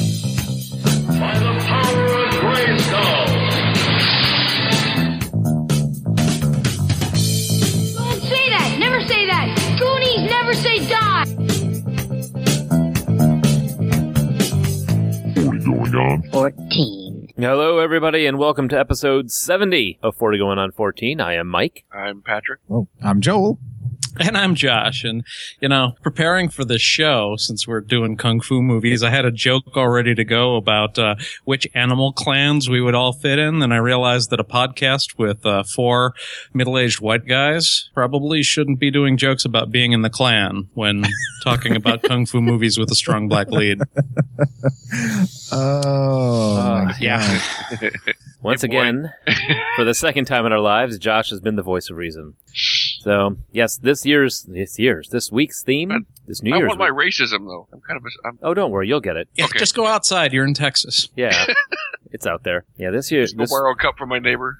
By the power of Grayskull! Don't say that. Never say that. Goonies never say die. Hello, everybody, and welcome to episode 70 of 40 Going on 14. I am Mike. I'm Patrick. I'm Joel. And I'm Josh. And, you know, preparing for this show, since we're doing kung fu movies, I had a joke all ready to go about uh, which animal clans we would all fit in. And I realized that a podcast with uh, four middle aged white guys probably shouldn't be doing jokes about being in the clan when talking about kung fu movies with a strong black lead. Oh, my yeah. Once again, for the second time in our lives, Josh has been the voice of reason. So, yes, this year's, this year's, this week's theme, this New I Year's. want my week- racism though. I'm kind of a, I'm oh, don't worry, you'll get it. Yeah, Okay. Just go outside. You're in Texas. Yeah, it's out there. Yeah, this year, just gonna this, borrow a cup from my neighbor.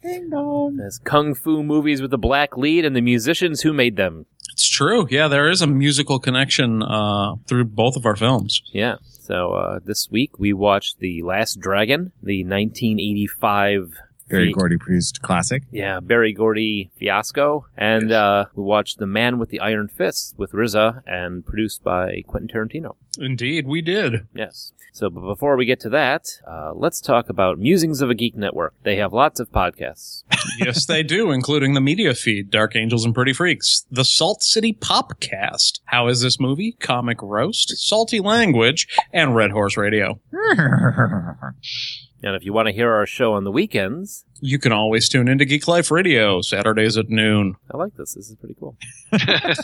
this kung fu movies with the black lead and the musicians who made them. It's true. Yeah, there is a musical connection uh, through both of our films. Yeah. So uh, this week we watched The Last Dragon, the 1985 Very Ye- Gordy produced classic. Yeah, Barry Gordy fiasco, and uh, we watched The Man with the Iron Fist with Riza and produced by Quentin Tarantino. Indeed, we did. Yes. So, but before we get to that, uh, let's talk about Musings of a Geek Network. They have lots of podcasts. yes, they do, including the media feed, Dark Angels and Pretty Freaks, the Salt City Popcast, How Is This Movie, Comic Roast, Salty Language, and Red Horse Radio. And if you want to hear our show on the weekends, You can always tune into Geek Life Radio Saturdays at noon. I like this. This is pretty cool.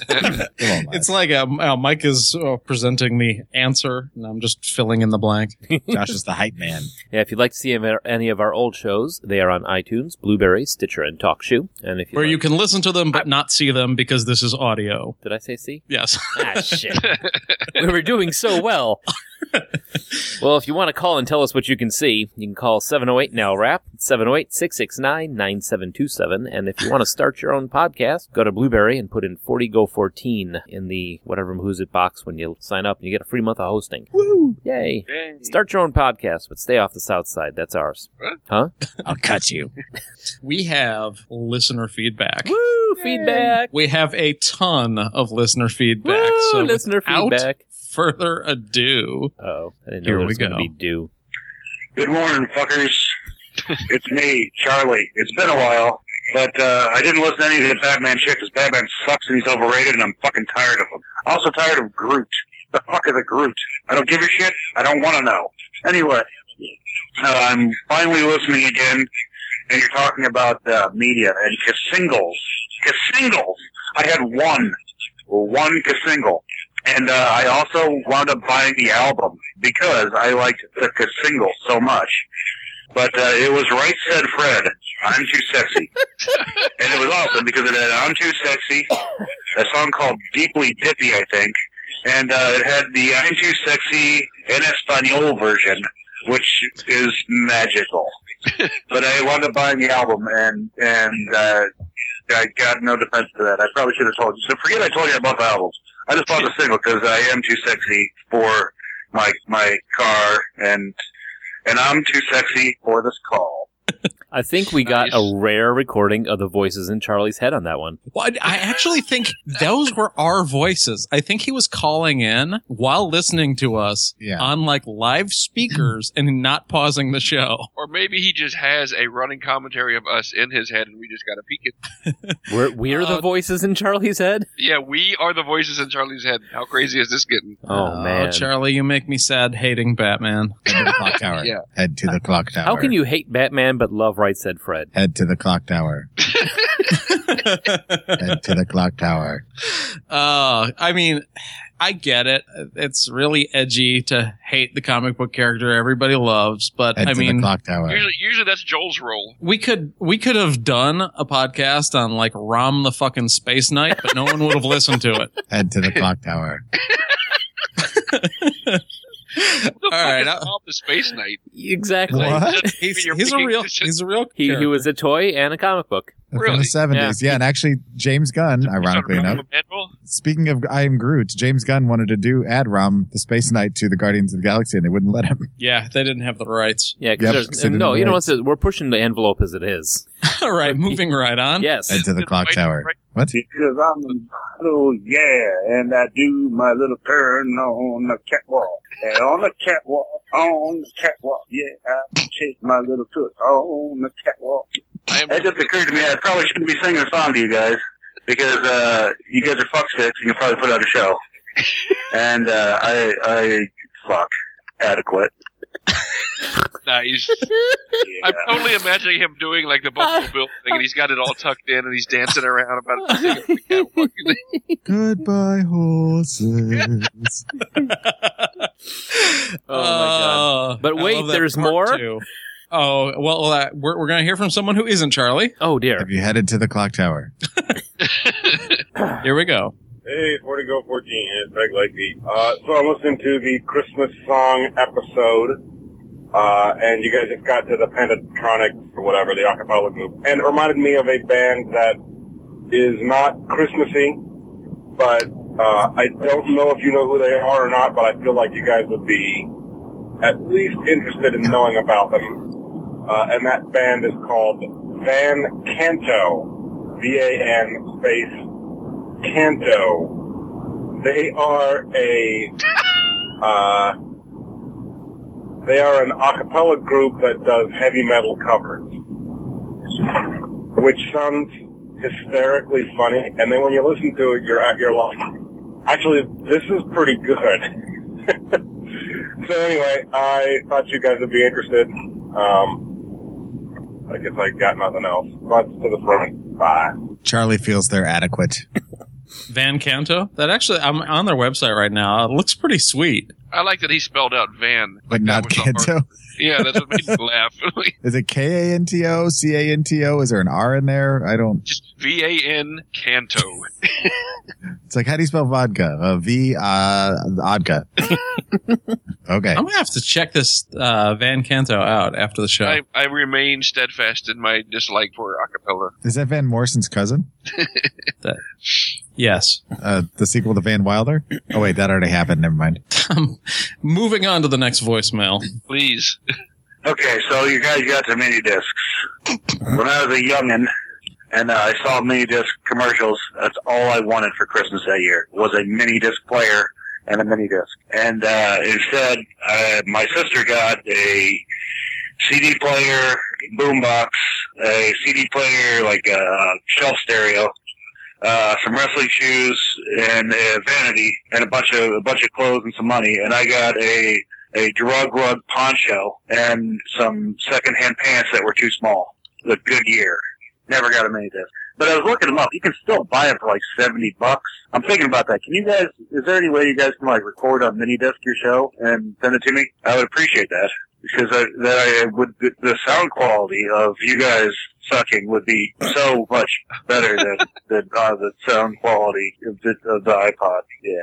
It's like uh, uh, Mike is uh, presenting the answer, and I'm just filling in the blank. Josh is the hype man. Yeah, if you'd like to see any of our old shows, they are on iTunes, Blueberry, Stitcher, and TalkShoe. And if you Where like, you can listen to them but not see them because this is audio. did I say see? Yes. ah, shit. we were doing so well. well, if you want to call and tell us what you can see, you can call 708 now rap 708 669 9727. And if you want to start your own podcast, go to Blueberry and put in 40 Go 14 in the whatever Who's It box when you sign up and you get a free month of hosting. Woo! Yay. Yay. Start your own podcast, but stay off the South Side. That's ours. I'll cut you. we have listener feedback. Woo! Feedback. We have a ton of listener feedback. Woo, so listener without feedback. Further ado, Oh, I didn't know Here there we was going to go. be due. Good morning, fuckers. It's me, Charlie. It's been a while, but uh, I didn't listen to any of the Batman shit because Batman sucks and he's overrated, and I'm fucking tired of him. Also tired of Groot. The fuck is a Groot? I don't give a shit. I don't want to know. Anyway, uh, I'm finally listening again, and you're talking about uh, media and singles. Singles. I had one, one single. And uh, I also wound up buying the album because I liked the c- single so much. But uh, it was Right Said Fred, I'm Too Sexy. and it was awesome because it had I'm Too Sexy, a song called Deeply Dippy, I think. And uh, it had the I'm Too Sexy in Espanol version, which is magical. but I wound up buying the album, and, and uh, I got no defense to that. I probably should have told you. So forget I told you I bought the album. I just bought the single because I am too sexy for my my car, and and I'm too sexy for this call. I think we got Nice. a rare recording of the voices in Charlie's head on that one. well, I- I actually think those were our voices. I think he was calling in while listening to us Yeah. on like live speakers and not pausing the show. Or maybe he just has a running commentary of us in his head and we just gotta peek it. We're, we're the Uh, voices in Charlie's head? Yeah, we are the voices in Charlie's head. How crazy is this getting? Oh, man. Charlie, you make me sad hating Batman. Head to the clock tower. Yeah. Head to the clock tower. How can you hate Batman but love Right Said Fred? Head to the clock tower. Head to the clock tower. uh, I mean, I get it. It's really edgy to hate the comic book character everybody loves, but Head I to the mean, clock tower. Usually, usually that's Joel's role. we could we could have done a podcast on like Rom the fucking Space Knight, but no one would have listened to it. Head to the clock tower. All right, right, I- the space knight. Exactly. What? Just- He's, you're he's a picking- real it's just- he's a real He, he character. was a toy and a comic book. From Really? the seventies, yeah. and actually, James Gunn, ironically Is that a enough, Manuel? speaking of I am Groot, James Gunn wanted to do add Rom the Space Knight to the Guardians of the Galaxy, and they wouldn't let him. yeah. They didn't have the rights. Yeah, 'cause Yep, there's- considered no, the you know what? rights. We're pushing the envelope as it is. All right, moving right on. Yes. Head to the clock Right, tower. right. What? Because I'm the model, yeah, and I do my little turn on the catwalk. And on the catwalk, on the catwalk, yeah, I shake my little foot on the catwalk. I am That just occurred to me, I probably shouldn't be singing a song to you guys, because, uh, you guys are fucksticks and you'll probably put out a show. and, uh, I, I, fuck, adequate. nice. Yeah. I'm totally imagining him doing like the Buffalo Bill thing, and he's got it all tucked in, and he's dancing around about to Oh, take a catwalk. Goodbye, horses. Oh, my God. Uh, But I wait, love that there's part more? too. Oh well, uh, we're we're gonna hear from someone who isn't Charlie. oh dear. Have you headed to the clock tower? Here we go. Hey, 40 Go 14, it's Greg Lightbeat. Uh, so I'm listening to the Christmas song episode, uh, and you guys just got to the Pentatronics or whatever, the acapella group, and it reminded me of a band that is not Christmassy, but uh, I don't know if you know who they are or not, but I feel like you guys would be at least interested in knowing about them. Uh, and that band is called Van Canto, V-A-N space Canto. They are a uh, they are an acapella group that does heavy metal covers, which sounds hysterically funny. And then when you listen to it, you're at your loss. Actually, this is pretty good. so anyway, I thought you guys would be interested. Um, I guess I got nothing else. Lots to the front. Bye. Charlie feels they're adequate. Van Canto. That actually, I'm on their website right now. It looks pretty sweet. I like that he spelled out Van, But That not was the Kanto. Yeah, that's what made me laugh. Is it K A N T O? C A N T O? Is there an R in there? I don't. Just V A N Canto. It's like, how do you spell vodka? Uh, v, uh, vodka. okay. I'm gonna have to check this uh, Van Canto out after the show. I, I remain steadfast in my dislike for acapella. Is that Van Morrison's cousin? yes. Uh, the sequel to Van Wilder? Oh, wait, that already happened. Never mind. Moving on to the next voicemail. Please. Okay, so you guys got the mini discs. When I was a youngin', and uh, I saw mini disc commercials, that's all I wanted for Christmas that year was a mini disc player and a mini disc. And uh, instead, uh, my sister got a CD player, boombox, a CD player like a shelf stereo, uh, some wrestling shoes, and a vanity, and a bunch of a bunch of clothes and some money. And I got a a drug rug poncho and some secondhand pants that were too small. The Goodyear. Never got them any of this. But I was looking them up. You can still buy them for like 70 bucks. I'm thinking about that. Can you guys, is there any way you guys can like record on mini disc your show and send it to me? I would appreciate that. Because I, that I would, the sound quality of you guys sucking would be so much better than, than uh, the sound quality of the, of the iPod. Yeah.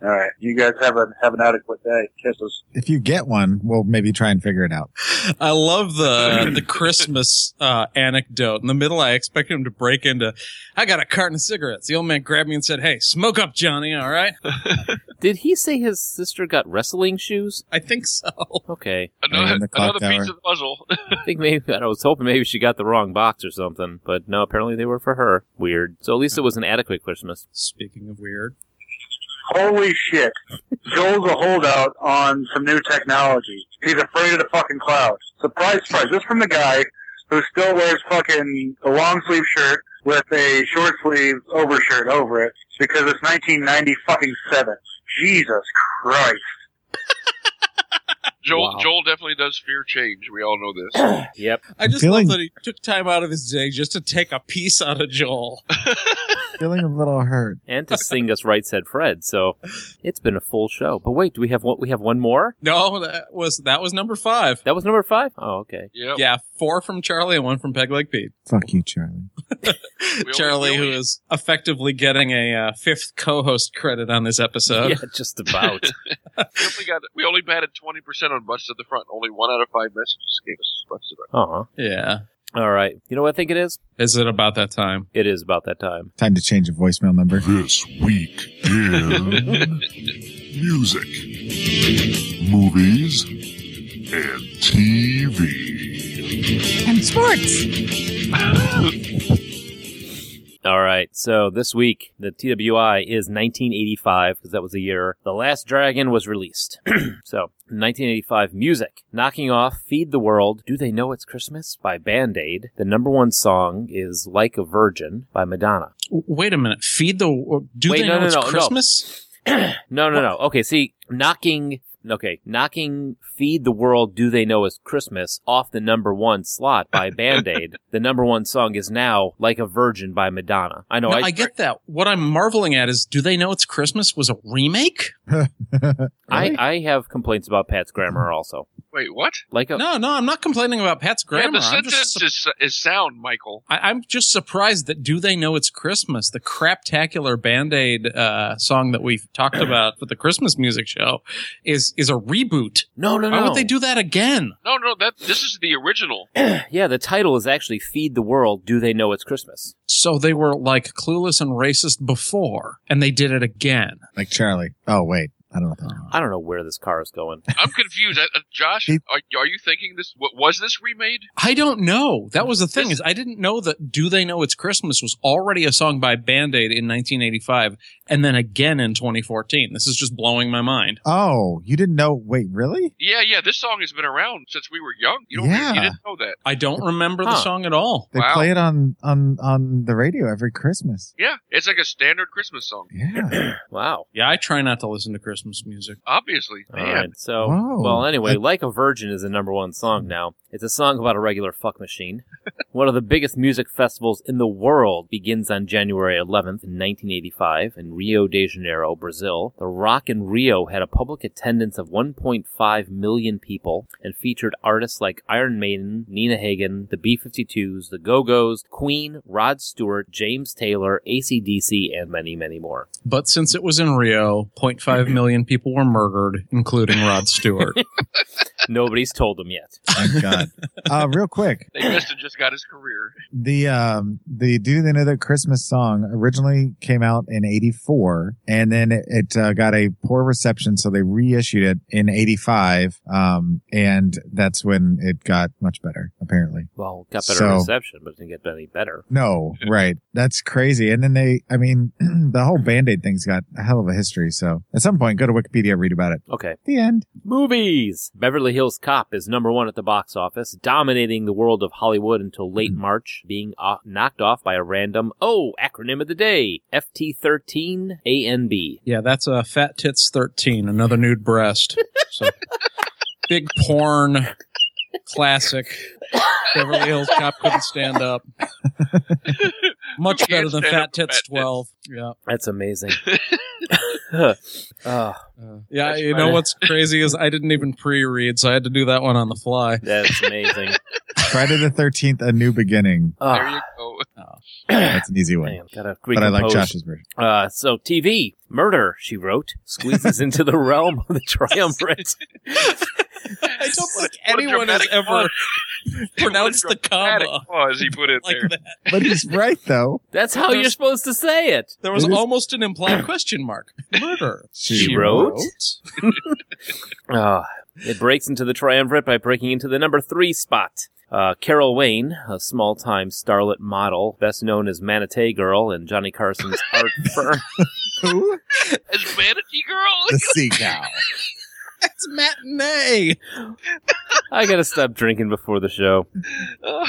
All right. You guys have an, have an adequate day. Kisses. If you get one, we'll maybe try and figure it out. I love the the Christmas uh, anecdote. In the middle, I expected him to break into. I got a carton of cigarettes. The old man grabbed me and said, "Hey, smoke up, Johnny. All right." Did he say his sister got wrestling shoes? I think so. Okay. in Another, the clock another piece tower. of the puzzle. I think maybe I was hoping maybe she got the wrong box or something, but no, apparently they were for her. Weird. So at least it was an adequate Christmas. Speaking of weird, Holy shit. Joel's a holdout on some new technology. He's afraid of the fucking cloud. Surprise, surprise. This from the guy who still wears fucking a long sleeve shirt with a short sleeve overshirt over it because it's 1990 fucking seven. Jesus Christ. Joel Wow. Joel definitely does fear change. We all know this. Yep. I just feeling- love that he took time out of his day just to take a piece out of Joel. feeling a little hurt. and to sing us Right Said Fred. So it's been a full show. But wait, do we have one? We have one more. No, that was that was number five. That was number five. Oh, okay. Yep. Yeah, four from Charlie and one from Peg Leg Pete. Fuck you, Charlie. We only- Charlie, we who only- is effectively getting a uh, fifth co-host credit on this episode. yeah, just about. we only got we only batted twenty percent on butts to the front. Only one out of five messages gave us butts to the uh Yeah. All right. You know what I think it is? Is it about that time? It is about that time. Time to change a voicemail number. This week in music, movies, and TV. and sports. All right. So this week, the TWI is 1985 because that was the year The Last Dragon was released. so 1985 music. Knocking off Feed the World, Do They Know It's Christmas by Band Aid. The number one song is Like a Virgin by Madonna. W- Wait a minute. Feed the. wor- Do Wait, they no, know no, it's no, no. Christmas? No, no, no. Okay, see, knocking. Okay, knocking Feed the World Do They Know It's Christmas off the number one slot by Band Aid. the number one song is now Like a Virgin by Madonna. I know, No, I, I get that. What I'm marveling at is, do they know it's Christmas was a remake? I, I have complaints about Pat's grammar also. Wait, what? Like a. Mm-hmm. No, no, I'm not complaining about Pat's Yeah, grammar. the I'm, just, sentence su- is, is sound, Michael. I, am just surprised that do they know it's Christmas? The craptacular Band Aid uh, song that we've talked about for the Christmas music show is is a reboot. No, no, no. Why would they do that again? No, no, that this is the original. yeah, the title is actually Feed the World Do They Know It's Christmas. So they were like clueless and racist before, and they did it again. Like Charlie. Oh wait, I don't know. What that I don't know where this car is going. I'm confused. I, uh, Josh, He- are, are you thinking this? What, was this remade? I don't know. That was the thing This- is I didn't know that Do They Know It's Christmas was already a song by Band-Aid in 1985 and then again in 2014. This is just blowing my mind. oh, you didn't know? Wait, really? Yeah, yeah. This song has been around since we were young. You don't. Yeah. You didn't know that. I don't remember the Huh. song at all. They Wow. play it on on on the radio every Christmas. Yeah, it's like a standard Christmas song. Yeah. Wow. Yeah, I try not to listen to Christmas music. Obviously, All man. right, So, Whoa. well, anyway, I- Like a Virgin is the number one song now. It's a song about a regular fuck machine. one of the biggest music festivals in the world begins on January 11th, in 1985, in Rio de Janeiro, Brazil. The Rock in Rio had a public attendance of 1.5 million people and featured artists like Iron Maiden, Nina Hagen, the B 52s, the Go Go's, Queen, Rod Stewart, James Taylor, AC/DC, and many, many more. But since it was in Rio, 0.5 million people were murdered, including Rod Stewart. Nobody's told them yet. Thank God. Uh, real quick, They missed and just got his career. the um the do they know that christmas song originally came out in 84 and then it, it uh, got a poor reception so they reissued it in 85 um and that's when it got much better apparently Well, got better So- reception, but it didn't get any better. no right that's crazy and then they i mean the whole band-aid thing's got a hell of a history so at some point go to wikipedia read about it Okay. the end Movies! Beverly Hills Cop is number one at the box office, dominating the world of Hollywood until late Mm-hmm. March, being off, knocked off by a random, oh, acronym of the day FT13 ANB. yeah, that's a Fat Tits 13, another nude breast. So big porn classic. Beverly Hills Cop couldn't stand up. Much Can't better than stand up Fat for Fat Tits Tits. 12. Yeah. That's amazing. oh, Yeah, Uh, That's you know funny. what's crazy is I didn't even pre-read, so I had to do that one on the fly. that's amazing. friday the 13th a new beginning There Oh, you go. that's an easy one man, gotta but i like recompose. josh's version Uh, so TV murder, she wrote, squeezes into the realm of the triumvirate. I don't think What a anyone has dramatic ever pause. pronounced the What a dramatic uh, comma Pause he put in like there. that. but he's right though That's how you're supposed to say it. There was It is- almost an implied question mark. Murder. She wrote? Ah, it breaks into the triumvirate by breaking into the number three spot. Uh, Carol Wayne, a small time starlet model, best known as Manatee Girl in Johnny Carson's art firm. who As Manatee Girl. the sea cow That's matinee. I gotta stop drinking before the show. Oh,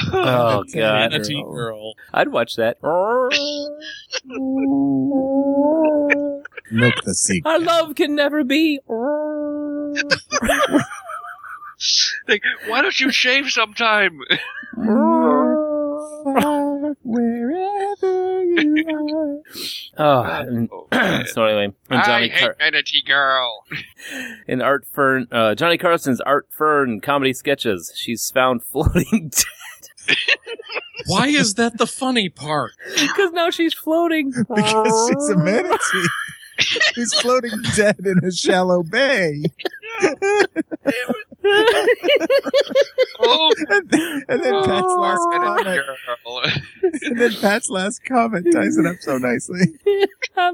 God. Manatee girl. I'd watch that. milk the sea Our love can never be. Like, why don't you shave sometime? wherever you Oh, and- Oh, man. so anyway, and I Johnny hate Car- Manatee Girl. in Art Fern, uh, Johnny Carson's Art Fern comedy sketches, she's found floating Why is that the funny part? because now she's floating. Oh. because she's a manatee. He's floating dead in a shallow bay. Oh, And then, and then Pat's last Manatee comment, Girl. and then Pat's last comment ties it up so nicely. All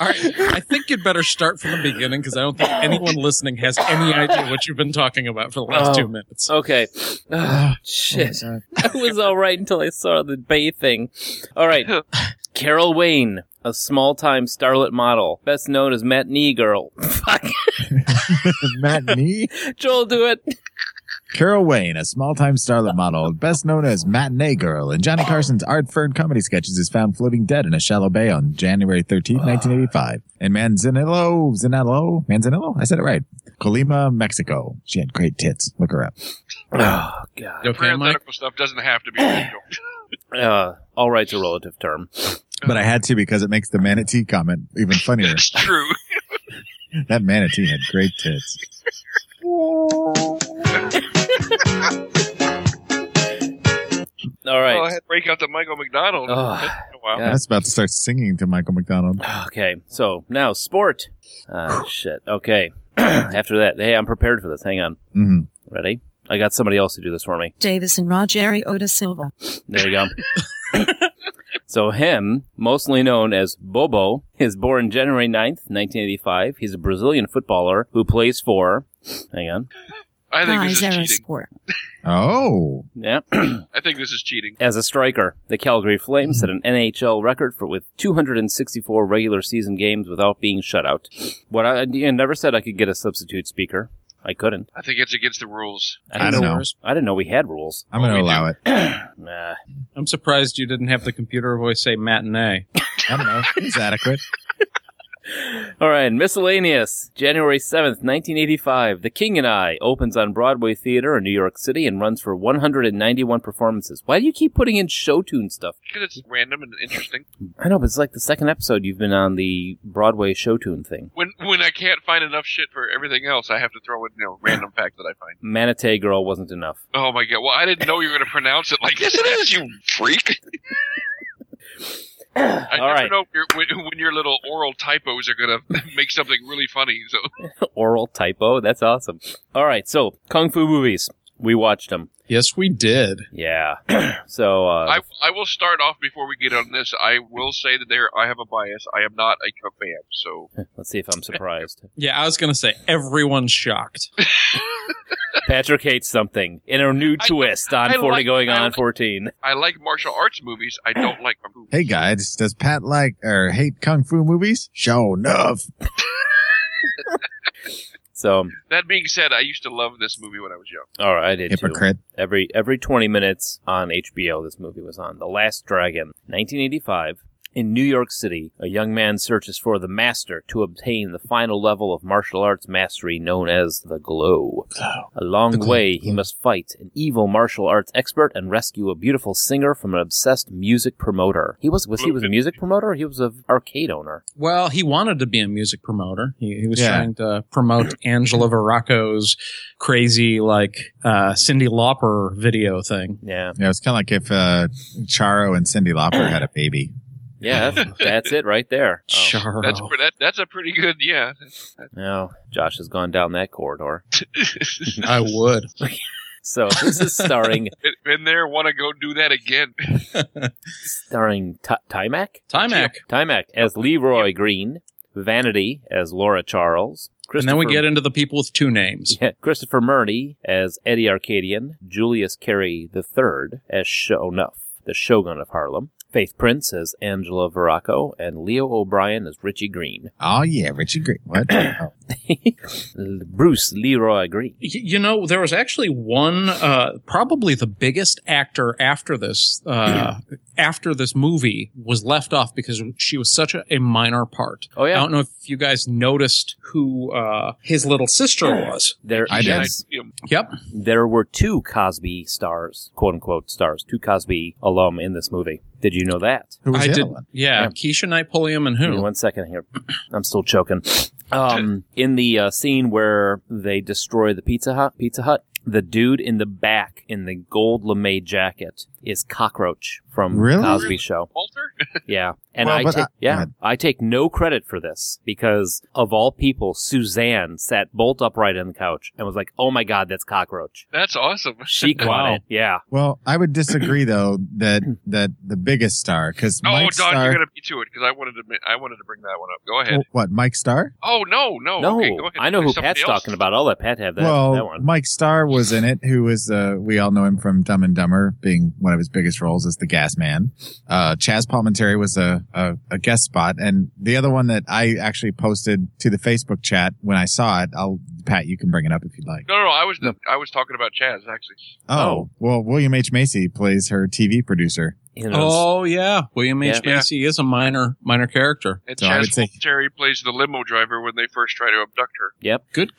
right, I think you'd better start from the beginning because I don't think anyone listening has any idea what you've been talking about for the last Oh. two minutes. Okay, Oh, Ah, shit. Oh my God. I was all right until I saw the Bay thing. All right. Carol Wayne, a small time starlet model, best known as Matinee Girl. Fuck. matinee. Joel, do it. Carol Wayne, a small-time starlet model, best known as Matinee Girl, in Johnny Carson's Art Fern comedy sketches, is found floating dead in a shallow bay on January 13, 1985, in Manzanillo, Zanillo, Manzanillo. I said it right. Colima, Mexico. She had great tits. Look her up. Oh, God. You Okay, Mike. Parenthetical stuff doesn't have to be legal. Uh, all right's a relative term. But I had to because it makes the manatee comment even funnier. It's true. that manatee had great tits. All Oh, I right. had to break out the Michael McDonald. Oh, It took a while. God. I was about to start singing to Michael McDonald. Okay. So now, sport. Ah, shit. Okay. After that, hey, I'm prepared for this. Hang on. hmm Ready? I got somebody else to do this for me. Davis and Rogeri Oda Silva. There you go. so him, mostly known as Bobo, is born January 9th, 1985. He's a Brazilian footballer who plays for, hang on, I think Hi, this Ah, is Zara cheating. Sport. Oh, yeah, I think this is cheating. as a striker. The Calgary Flames set an NHL record for with 264 regular season games without being shut out. What I, I never said I could get a substitute speaker. I couldn't. I think it's against the rules. I don't know. I didn't know we had rules. I'm going Oh, to we allow it. Nah. I'm surprised you didn't have the computer voice say matinee. I don't know. It's adequate. All right, miscellaneous. January 7th, 1985, The King and I opens on Broadway Theater in New York City and runs for 191 performances. Why do you keep putting in show tune stuff? Because it's random and interesting. I know, but it's like the second episode you've been on the Broadway show tune thing. When when I can't find enough shit for everything else, I have to throw in you know random fact that I find. Manatee Girl wasn't enough. Oh my god! Well, I didn't know you were going to pronounce it like this. It is you freak. I All never right. know your- when, when your little oral typos are going to make something really funny. So Oral typo, that's awesome. All right, so Kung Fu movies. We watched them. Yes, we did. Yeah. so, uh, I, I will start off before we get on this. I will say that there I have a bias. I am not a Cub fan, so let's see if I'm surprised. Yeah, I was gonna say everyone's shocked. Patrick hates something in a new I- twist on I 40 like- going I on like- 14. I like martial arts movies. I don't like kung fu. Hey guys, does Pat like or hate kung fu movies? Show enough. So, That being said, I used to love this movie when I was young. all right, I did too. Hypocrite. Every every 20 minutes on HBO, this movie was on. The Last Dragon, 1985. In New York City, a young man searches for the master to obtain the final level of martial arts mastery known as the glow. A long Oh. The glow, way, he glow. must fight an evil martial arts expert and rescue a beautiful singer from an obsessed music promoter. He was was he was a music promoter? Or he was an arcade owner. Well, he wanted to be a music promoter. He, he was Yeah. trying to promote Angela Viraco's crazy, like uh, Cindy Lauper video thing. Yeah, Yeah, it's kind of like if uh, Charo and Cindy Lauper had a baby. yeah, that's, that's it right there. Oh, Charo. That's pre- that, that's a pretty good yeah. no, Josh has gone down that corridor. I would. So this is starring Been there, want to go do that again. starring T- Timac. Timac. Timac as Leroy Green, Vanity as Laura Charles, And then we get into the people with two names. Yeah, Christopher Murney as Eddie Arcadian, Julius Carey III as Shonuff, the Shogun of Harlem, Faith Prince as Angela Viraco, and Leo O'Brien as Richie Green. Oh yeah, Richie Green. What? Oh. Bruce Leroy Green. Y- You know, there was actually one, uh, probably the biggest actor after this, uh, after this movie was left off because she was such a, a minor part. Oh I yeah, don't know if you guys noticed who uh, his little sister was. there I did. I, yes, you know, Yep. there were two Cosby stars, quote unquote stars, two Cosby alum in this movie. Did you know that? Who was I the did. other one? Yeah, Yeah. Keisha Napoleon and Give me who? one second here. I'm still choking. Um, in the uh, scene where they destroy the Pizza Hut, Pizza Hut, the dude in the back in the gold lame jacket is Cockroach from Really? Cosby Show. Walter? Yeah, and Well, I, but ta- I- yeah, God. I take no credit for this because of all people, Suzanne sat bolt upright on the couch and was like, "Oh my God, that's Cockroach." That's awesome. She caught Wow. it. Yeah. Well, I would disagree though that that the biggest star because Oh, Mike Don, Star. you're gonna be to it because I wanted to. mi- I wanted to bring that one up. Go ahead. What Mike Star? Oh no, no. no, okay, go ahead. I know There's who somebody Pat's else. talking about. I'll let Pat have that, well, that one. Mike Star was in it. Who was uh, we all know him from Dumb and Dumber, being one of his biggest roles as the Gas Man. Uh, Chaz Palminteri was a, a a guest spot, and the other one that I actually posted to the Facebook chat when I saw it. I'll Pat, you can bring it up if you'd like. No, no, no. I was I was talking about Chaz actually. Oh, well, William H Macy plays her TV producer. You know, Oh yeah, William H Yeah. Macy is a minor minor character. And So I Chaz would say- Terry plays the limo driver when they first try to abduct her. Yep. Good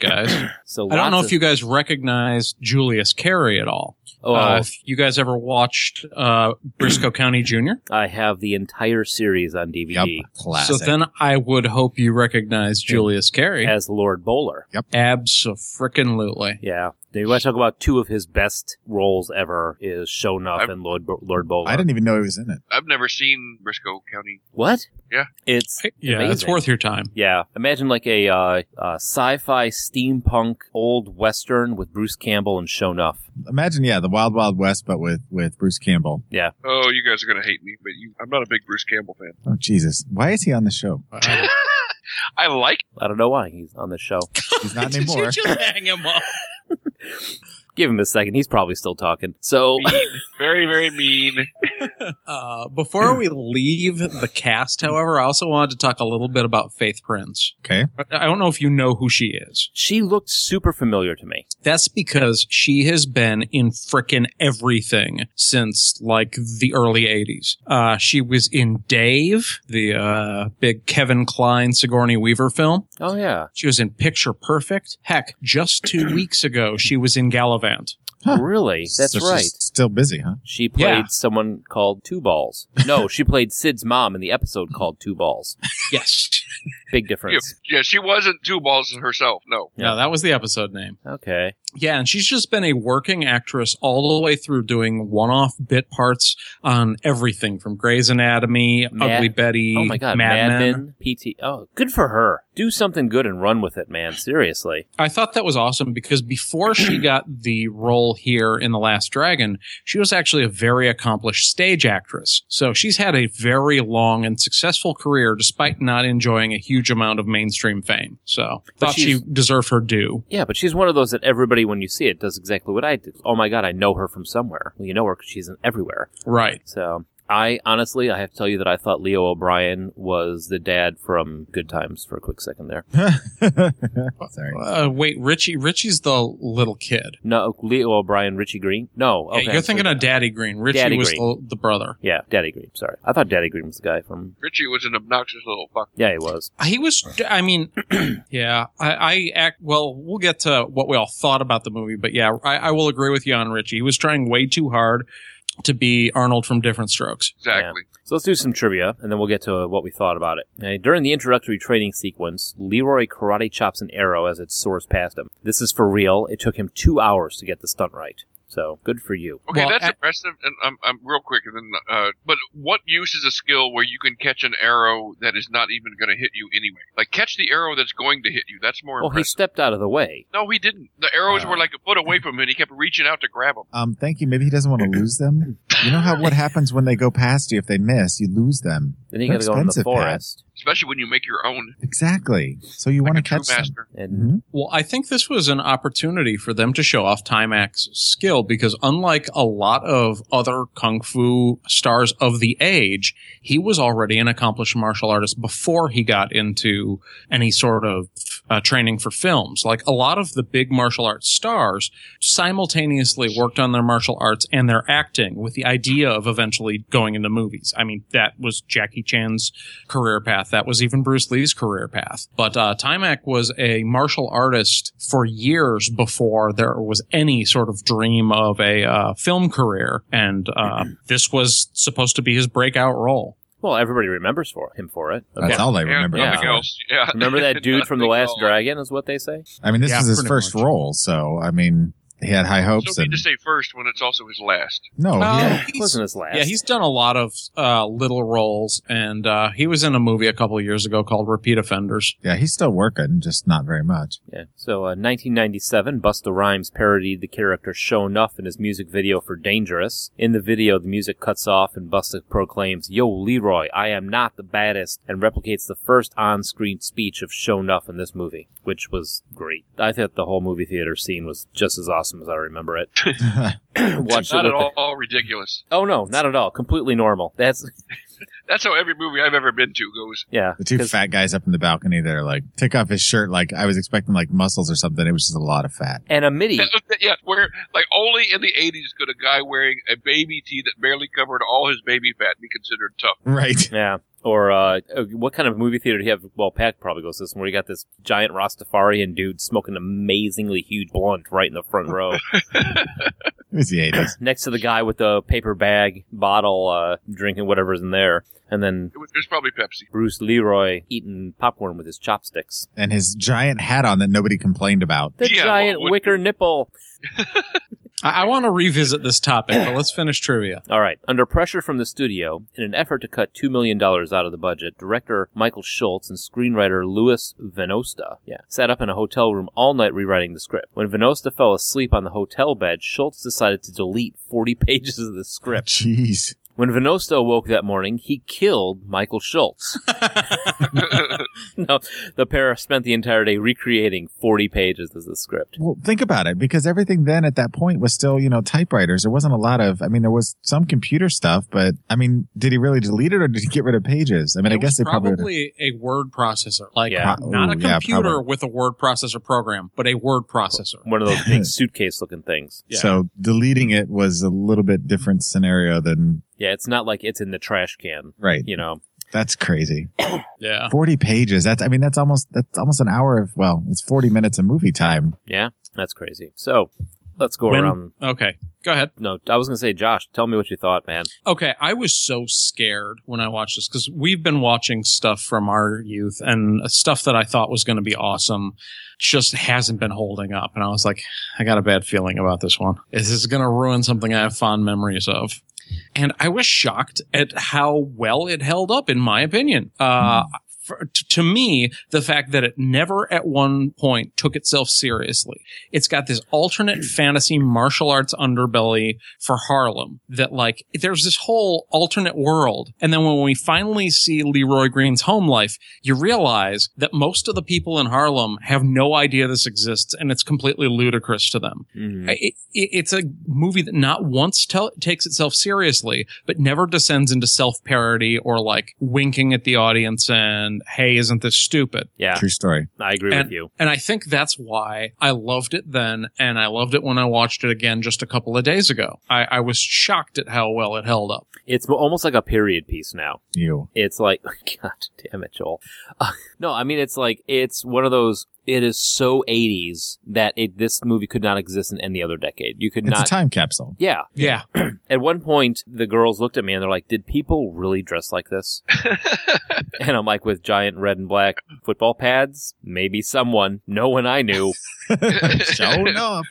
guys. So I don't know lots if you of- guys recognize Julius Carey at all. Oh, Uh, if you guys ever watched uh, Briscoe County Jr. I have the entire series on DVD Yep, classic. So then I would hope you recognize Julius Carey. as Lord Bowler. Absolutely. Yeah. Now, You want to talk about two of his best roles ever is Shonuff I've- and Lord Bo- Lord Bowler. I didn't even know he was in it. I've never seen Briscoe County. What? Yeah. It's Yeah, it's amazing. worth your time. Yeah, imagine like a uh, uh, sci-fi steampunk old western with Bruce Campbell and Shonuff. Imagine, yeah, the Wild Wild West, but with with Bruce Campbell. Oh, you guys are gonna hate me, but you, I'm not a big Bruce Campbell fan. Oh Jesus, why is he on the show? I like. I don't know why he's on this show. He's not anymore. Did you just hang him up? Give him a second; he's probably still talking. So Mean, very, very mean. Uh, before we leave the cast, however, I also wanted to talk a little bit about Faith Prince. Okay. I don't know if you know who she is. she looked super familiar to me. That's because she has been in frickin' everything since like the early 80s. Uh, she was in Dave, the uh, big Kevin Klein Sigourney Weaver film. Oh yeah, She was in Picture Perfect. Heck, just two weeks ago, she was in Gallivant. Huh. really? That's So she's right. Still busy, huh? She played Yeah. someone called Two Balls. No, she played Sid's mom in the episode called Two Balls. Yes. Big difference. Yeah, she wasn't two balls herself. No. No, that was the episode name. Okay. Yeah, and she's just been a working actress all the way through doing one off bit parts on everything from Grey's Anatomy, Mad- Ugly Betty, Oh my God, Mad, Men. PT. Oh, good for her. Do something good and run with it, man. Seriously. I thought that was awesome because before she got the role here in The Last Dragon, she was actually a very accomplished stage actress. So she's had a very long and successful career despite not enjoying a huge amount of mainstream fame. So But thought she she's- deserved her due. Yeah, but she's one of those that everybody, when you see it, does exactly what I did. Oh my God, I know her from somewhere. Well, you know her because she's in everywhere. Right. So I honestly, I have to tell you that I thought Leo O'Brien was the dad from Good Times for a quick second there. Sorry. Uh, wait, Richie Richie's the little kid. No, Leo O'Brien, Richie Green. No, Yeah, okay. you're thinking of Daddy Green. Richie Daddy was Green. The, the brother. Yeah, Daddy Green. Sorry, I thought Daddy Green was the guy from. Richie was an obnoxious little fuck. Yeah, he was. He was. I mean, yeah. I, I act. Well, we'll get to what we all thought about the movie, but yeah, I, I will agree with you on Richie. He was trying way too hard to be Arnold from Different Strokes. Exactly. So let's do some trivia, and then we'll get to uh, what we thought about it. Uh, during the introductory training sequence, Leroy karate chops an arrow as it soars past him. This is for real. It took him two hours to get the stunt right. So good for you. Okay, Well, that's a- impressive. And I'm, I'm real quick, and then, uh, but what use is a skill where you can catch an arrow that is not even going to hit you anyway? Like catch the arrow that's going to hit you. That's more Well, he impressive. stepped out of the way. no, he didn't. The arrows Uh, were like a foot away from him, and he kept reaching out to grab them. Um, thank you. Maybe he doesn't want to lose them. You know how what happens when they go past you? If they miss, you lose them. Then you They're got to go in the expensive, Pat. forest. Especially when you make your own. Exactly. So you Like want a to true catch them. master. And Mhm. Well, I think this was an opportunity for them to show off Timac's skill because, unlike a lot of other kung fu stars of the age, he was already an accomplished martial artist before he got into any sort of uh, training for films. Like a lot of the big martial arts stars simultaneously worked on their martial arts and their acting with the idea of eventually going into movies. I mean, that was Jackie Jackie Chan's career path. That was even Bruce Lee's career path. But uh, Timac was a martial artist for years before there was any sort of dream of a uh, film career, and uh, Mm-hmm. this was supposed to be his breakout role. Well, everybody remembers for him for it. That's all I remember. Yeah. him Nothing for. else. Yeah. Remember that dude from The Nothing Last else. Dragon is what they say? I mean, this Yeah, was his pretty first much. role, so I mean, he had high hopes. So mean and to say first when it's also his last. no, No. he- It wasn't his last. Yeah, he's done a lot of uh, little roles, and uh, he was in a movie a couple of years ago called Repeat Offenders. yeah, he's still working, just not very much. Yeah. So, uh, 1997, Busta Rhymes parodied the character Show Nuff in his music video for Dangerous. In the video, the music cuts off and Busta proclaims, Yo, Leroy, I am not the baddest, and replicates the first on screen speech of Show Nuff in this movie, which was great. I thought the whole movie theater scene was just as awesome as I remember it. Watched it Not with at the- all, all ridiculous. Oh, no, not at all. Completely normal. That's, That's how every movie I've ever been to goes. yeah. The two 'cause- fat guys up in the balcony that are like, take off his shirt. Like I was expecting like muscles or something. It was just a lot of fat. and a midi. yeah, where like only in the '80s could a guy wearing a baby tee that barely covered all his baby fat be considered tough. Right. Yeah. Or uh, uh, what kind of movie theater do you have? Well, Pat probably goes to this one where you got this giant Rastafarian dude smoking an amazingly huge blunt right in the front row, It was the 80s. next to the guy with the paper bag bottle uh, drinking whatever's in there, and then It was, it was probably Pepsi. Bruce Leroy eating popcorn with his chopsticks. And his giant hat on that nobody complained about. The Yeah, giant what would- wicker nipple. I, I want to revisit this topic, but let's finish trivia. All right. Under pressure from the studio, in an effort to cut $2 million out of the budget, director Michael Schultz and screenwriter Louis Venosta yeah, sat up in a hotel room all night rewriting the script. When Venosta fell asleep on the hotel bed, Schultz decided to delete 40 pages of the script. Jeez. When Venosta awoke that morning, he killed Michael Schultz. no, the pair spent the entire day recreating 40 pages of the script. Well, think about it because everything then at that point was still, you know, typewriters. There wasn't a lot of, I mean, there was some computer stuff, but I mean, did he really delete it or did he get rid of pages? I mean, I It guess was they probably, would- probably a word processor, like Yeah. Pro- not a ooh, yeah, computer probably. with a word processor program, but a word processor. One of those big suitcase looking things. Yeah. So deleting it was a little bit different scenario than, Yeah, it's not like it's in the trash can, right. you know. That's crazy. Yeah. 40 pages. That's, I mean, that's almost, that's almost an hour of, well, it's 40 minutes of movie time. Yeah, that's crazy. So let's go When- around. Okay. Go ahead. No, I was going to say, Josh, tell me what you thought, man. Okay, I was so scared when I watched this because we've been watching stuff from our youth and stuff that I thought was going to be awesome just hasn't been holding up. And I was like, I got a bad feeling about this one. This is going to ruin something I have fond memories of. And I was shocked at how well it held up, in my opinion. Uh, for, t- to me, the fact that it never at one point took itself seriously it's got this alternate fantasy martial arts underbelly for Harlem that like there's this whole alternate world. And then when we finally see Leroy Green's home life, you realize that most of the people in Harlem have no idea this exists and it's completely ludicrous to them. Mm-hmm. I- It, it, it's a movie that not once tell, takes itself seriously, but never descends into self parody or like winking at the audience and, hey, isn't this stupid? Yeah, True story. I agree with you. And I think that's why I loved it then, and I loved it when I watched it again just a couple of days ago. I, I was shocked at how well it held up. It's mo- almost like a period piece now. You. It's like, God damn it, Joel. Uh, no, I mean, it's like, it's one of those, it is so 80s that it, this movie could not exist in any other decade. You could It's not. a time capsule. yeah. Yeah. At one point, the girls looked at me and they're like, Did people really dress like this? and I'm like, With giant red and black football pads? Maybe someone, no one I knew. Show enough.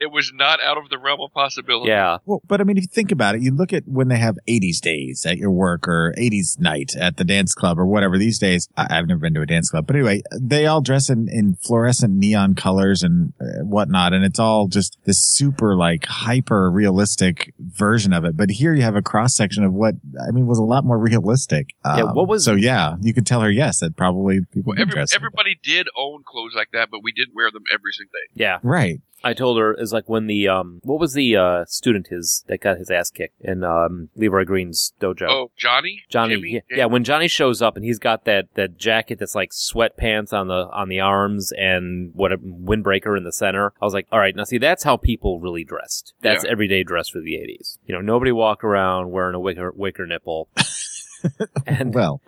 It was not out of the realm of possibility. yeah. Well, but I mean, if you think about it, you look at when they have 80s days at your work or 80s night at the dance club or whatever these days. I, I've never been to a dance club, but anyway, they all dress in, in fluorescent neon colors and uh, whatnot. And it's all just this super like hyper realistic version of it. But here you have a cross section of what, I mean, was a lot more realistic. Um, Yeah, what was- so yeah, you could tell her, yes, that probably people Well, every, dress. everybody did own clothes like that, but we did wear them every single day. Yeah. Right. I told her is like when the um what was the uh student his that got his ass kicked in um Leroy Green's dojo. Oh, Johnny, Johnny, Jimmy? yeah, yeah, when Johnny shows up and he's got that that jacket that's like sweatpants on the on the arms and what a windbreaker in the center. I was like, all right, now see that's how people really dressed. That's everyday dress for the '80s. You know, nobody walked around wearing a wicker wicker nipple. And Well,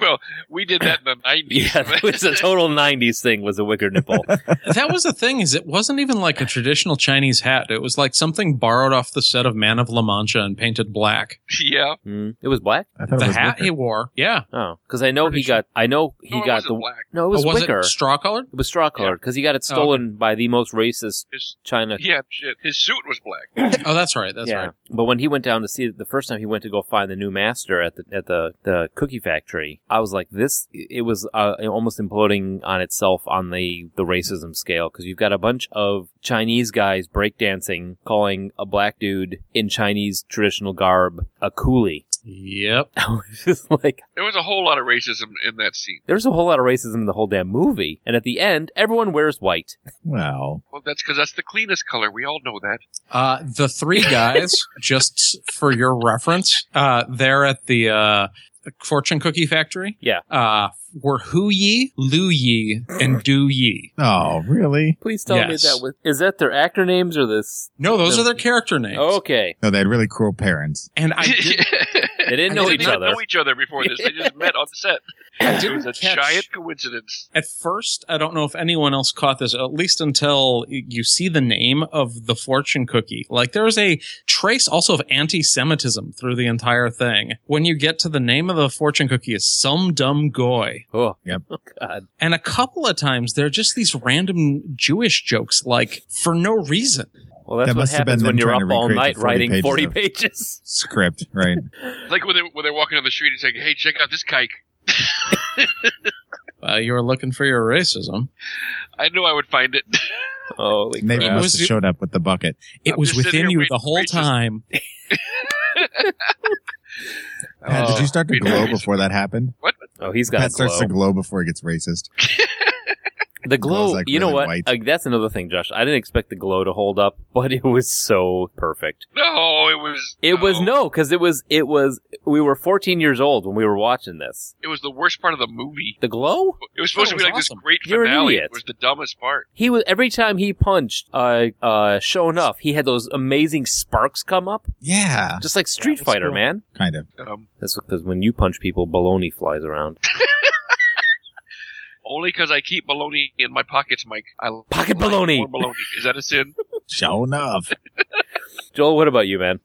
We did that in the nineties. yeah, it was a total '90s thing. Was a wicker nipple. that was the thing is it wasn't even like a traditional Chinese hat. It was like something borrowed off the set of Man of La Mancha and painted black. yeah. Mm, it was black. I thought it the was hat wicker. he wore, yeah. Oh, because I know Pretty he got. I know he No, Oh, it got wasn't the. black. No, it was oh, was wicker. it Oh, straw colored? It was straw colored because he got it stolen by the most racist His, China. yeah, shit. His suit was black. Oh, that's right. That's right. But when he went down to see the first time he went to go find the new master at the at the, the cookie factory, I was like, this. It was uh, almost imploding on itself on the the racism scale because you've got a bunch of Chinese guys breakdancing, calling a black dude in Chinese traditional garb a coolie. Yep. I was just like, There was a whole lot of racism in that scene. there's a whole lot of racism in the whole damn movie. And at the end, everyone wears white. Well, Well, that's because that's the cleanest color. We all know that. Uh, the three guys, just for your reference, uh, they're at the uh, fortune cookie factory. Yeah. Uh, were Hu Yi, Lu Yi, and Du Yi. oh, really? Please tell Yes. me that was is that their actor names or this? No, those The- are their character names. Okay, No, they had really cruel parents. And I did, they didn't I know didn't each not other. know each other before this. They just met on set. I It was didn't a catch. giant coincidence. At first, I don't know if anyone else caught this, at least until y- you see the name of the fortune cookie. Like, there is a trace also of anti Semitism through the entire thing. When you get to the name of the fortune cookie, is some dumb goy. Oh, Yep. God. And a couple of times, there are just these random Jewish jokes, like, for no reason. Well, that's That what must have happens been when them you're trying up to all recreate night writing the 40 pages 40 of- pages. Script, right? Like when they when they're walking down the street and saying, "Hey, check out this kike." Uh, you were looking for your racism. I knew I would find it. Holy Nate crap. must was- have showed up with the bucket. It I'm was just sitting within here you waiting the whole for racism. time. Pat, did Oh. you start to we glow know. before that happened? Oh, he's got a Pat glow. starts to glow before he gets racist. The glow, Glow's, like, you know really what? white. Uh, that's another thing, Josh. I didn't expect the glow to hold up, but it was so perfect. No, it was. It was Oh. no. no, because it was, it was, we were 14 years old when we were watching this. It was the worst part of the movie. The glow? It was supposed to Oh, be it like was awesome. this great You're an finale. idiot. It was the dumbest part. He was, every time he punched, uh, uh, show enough, he had those amazing sparks come up, Yeah, just like Street Fighter, cool. man. kind of. Um, That's because when you punch people, baloney flies around. only because I keep baloney in my pockets, Mike. I Pocket like baloney. more baloney. Is that a sin? Show enough. Joel, what about you, man?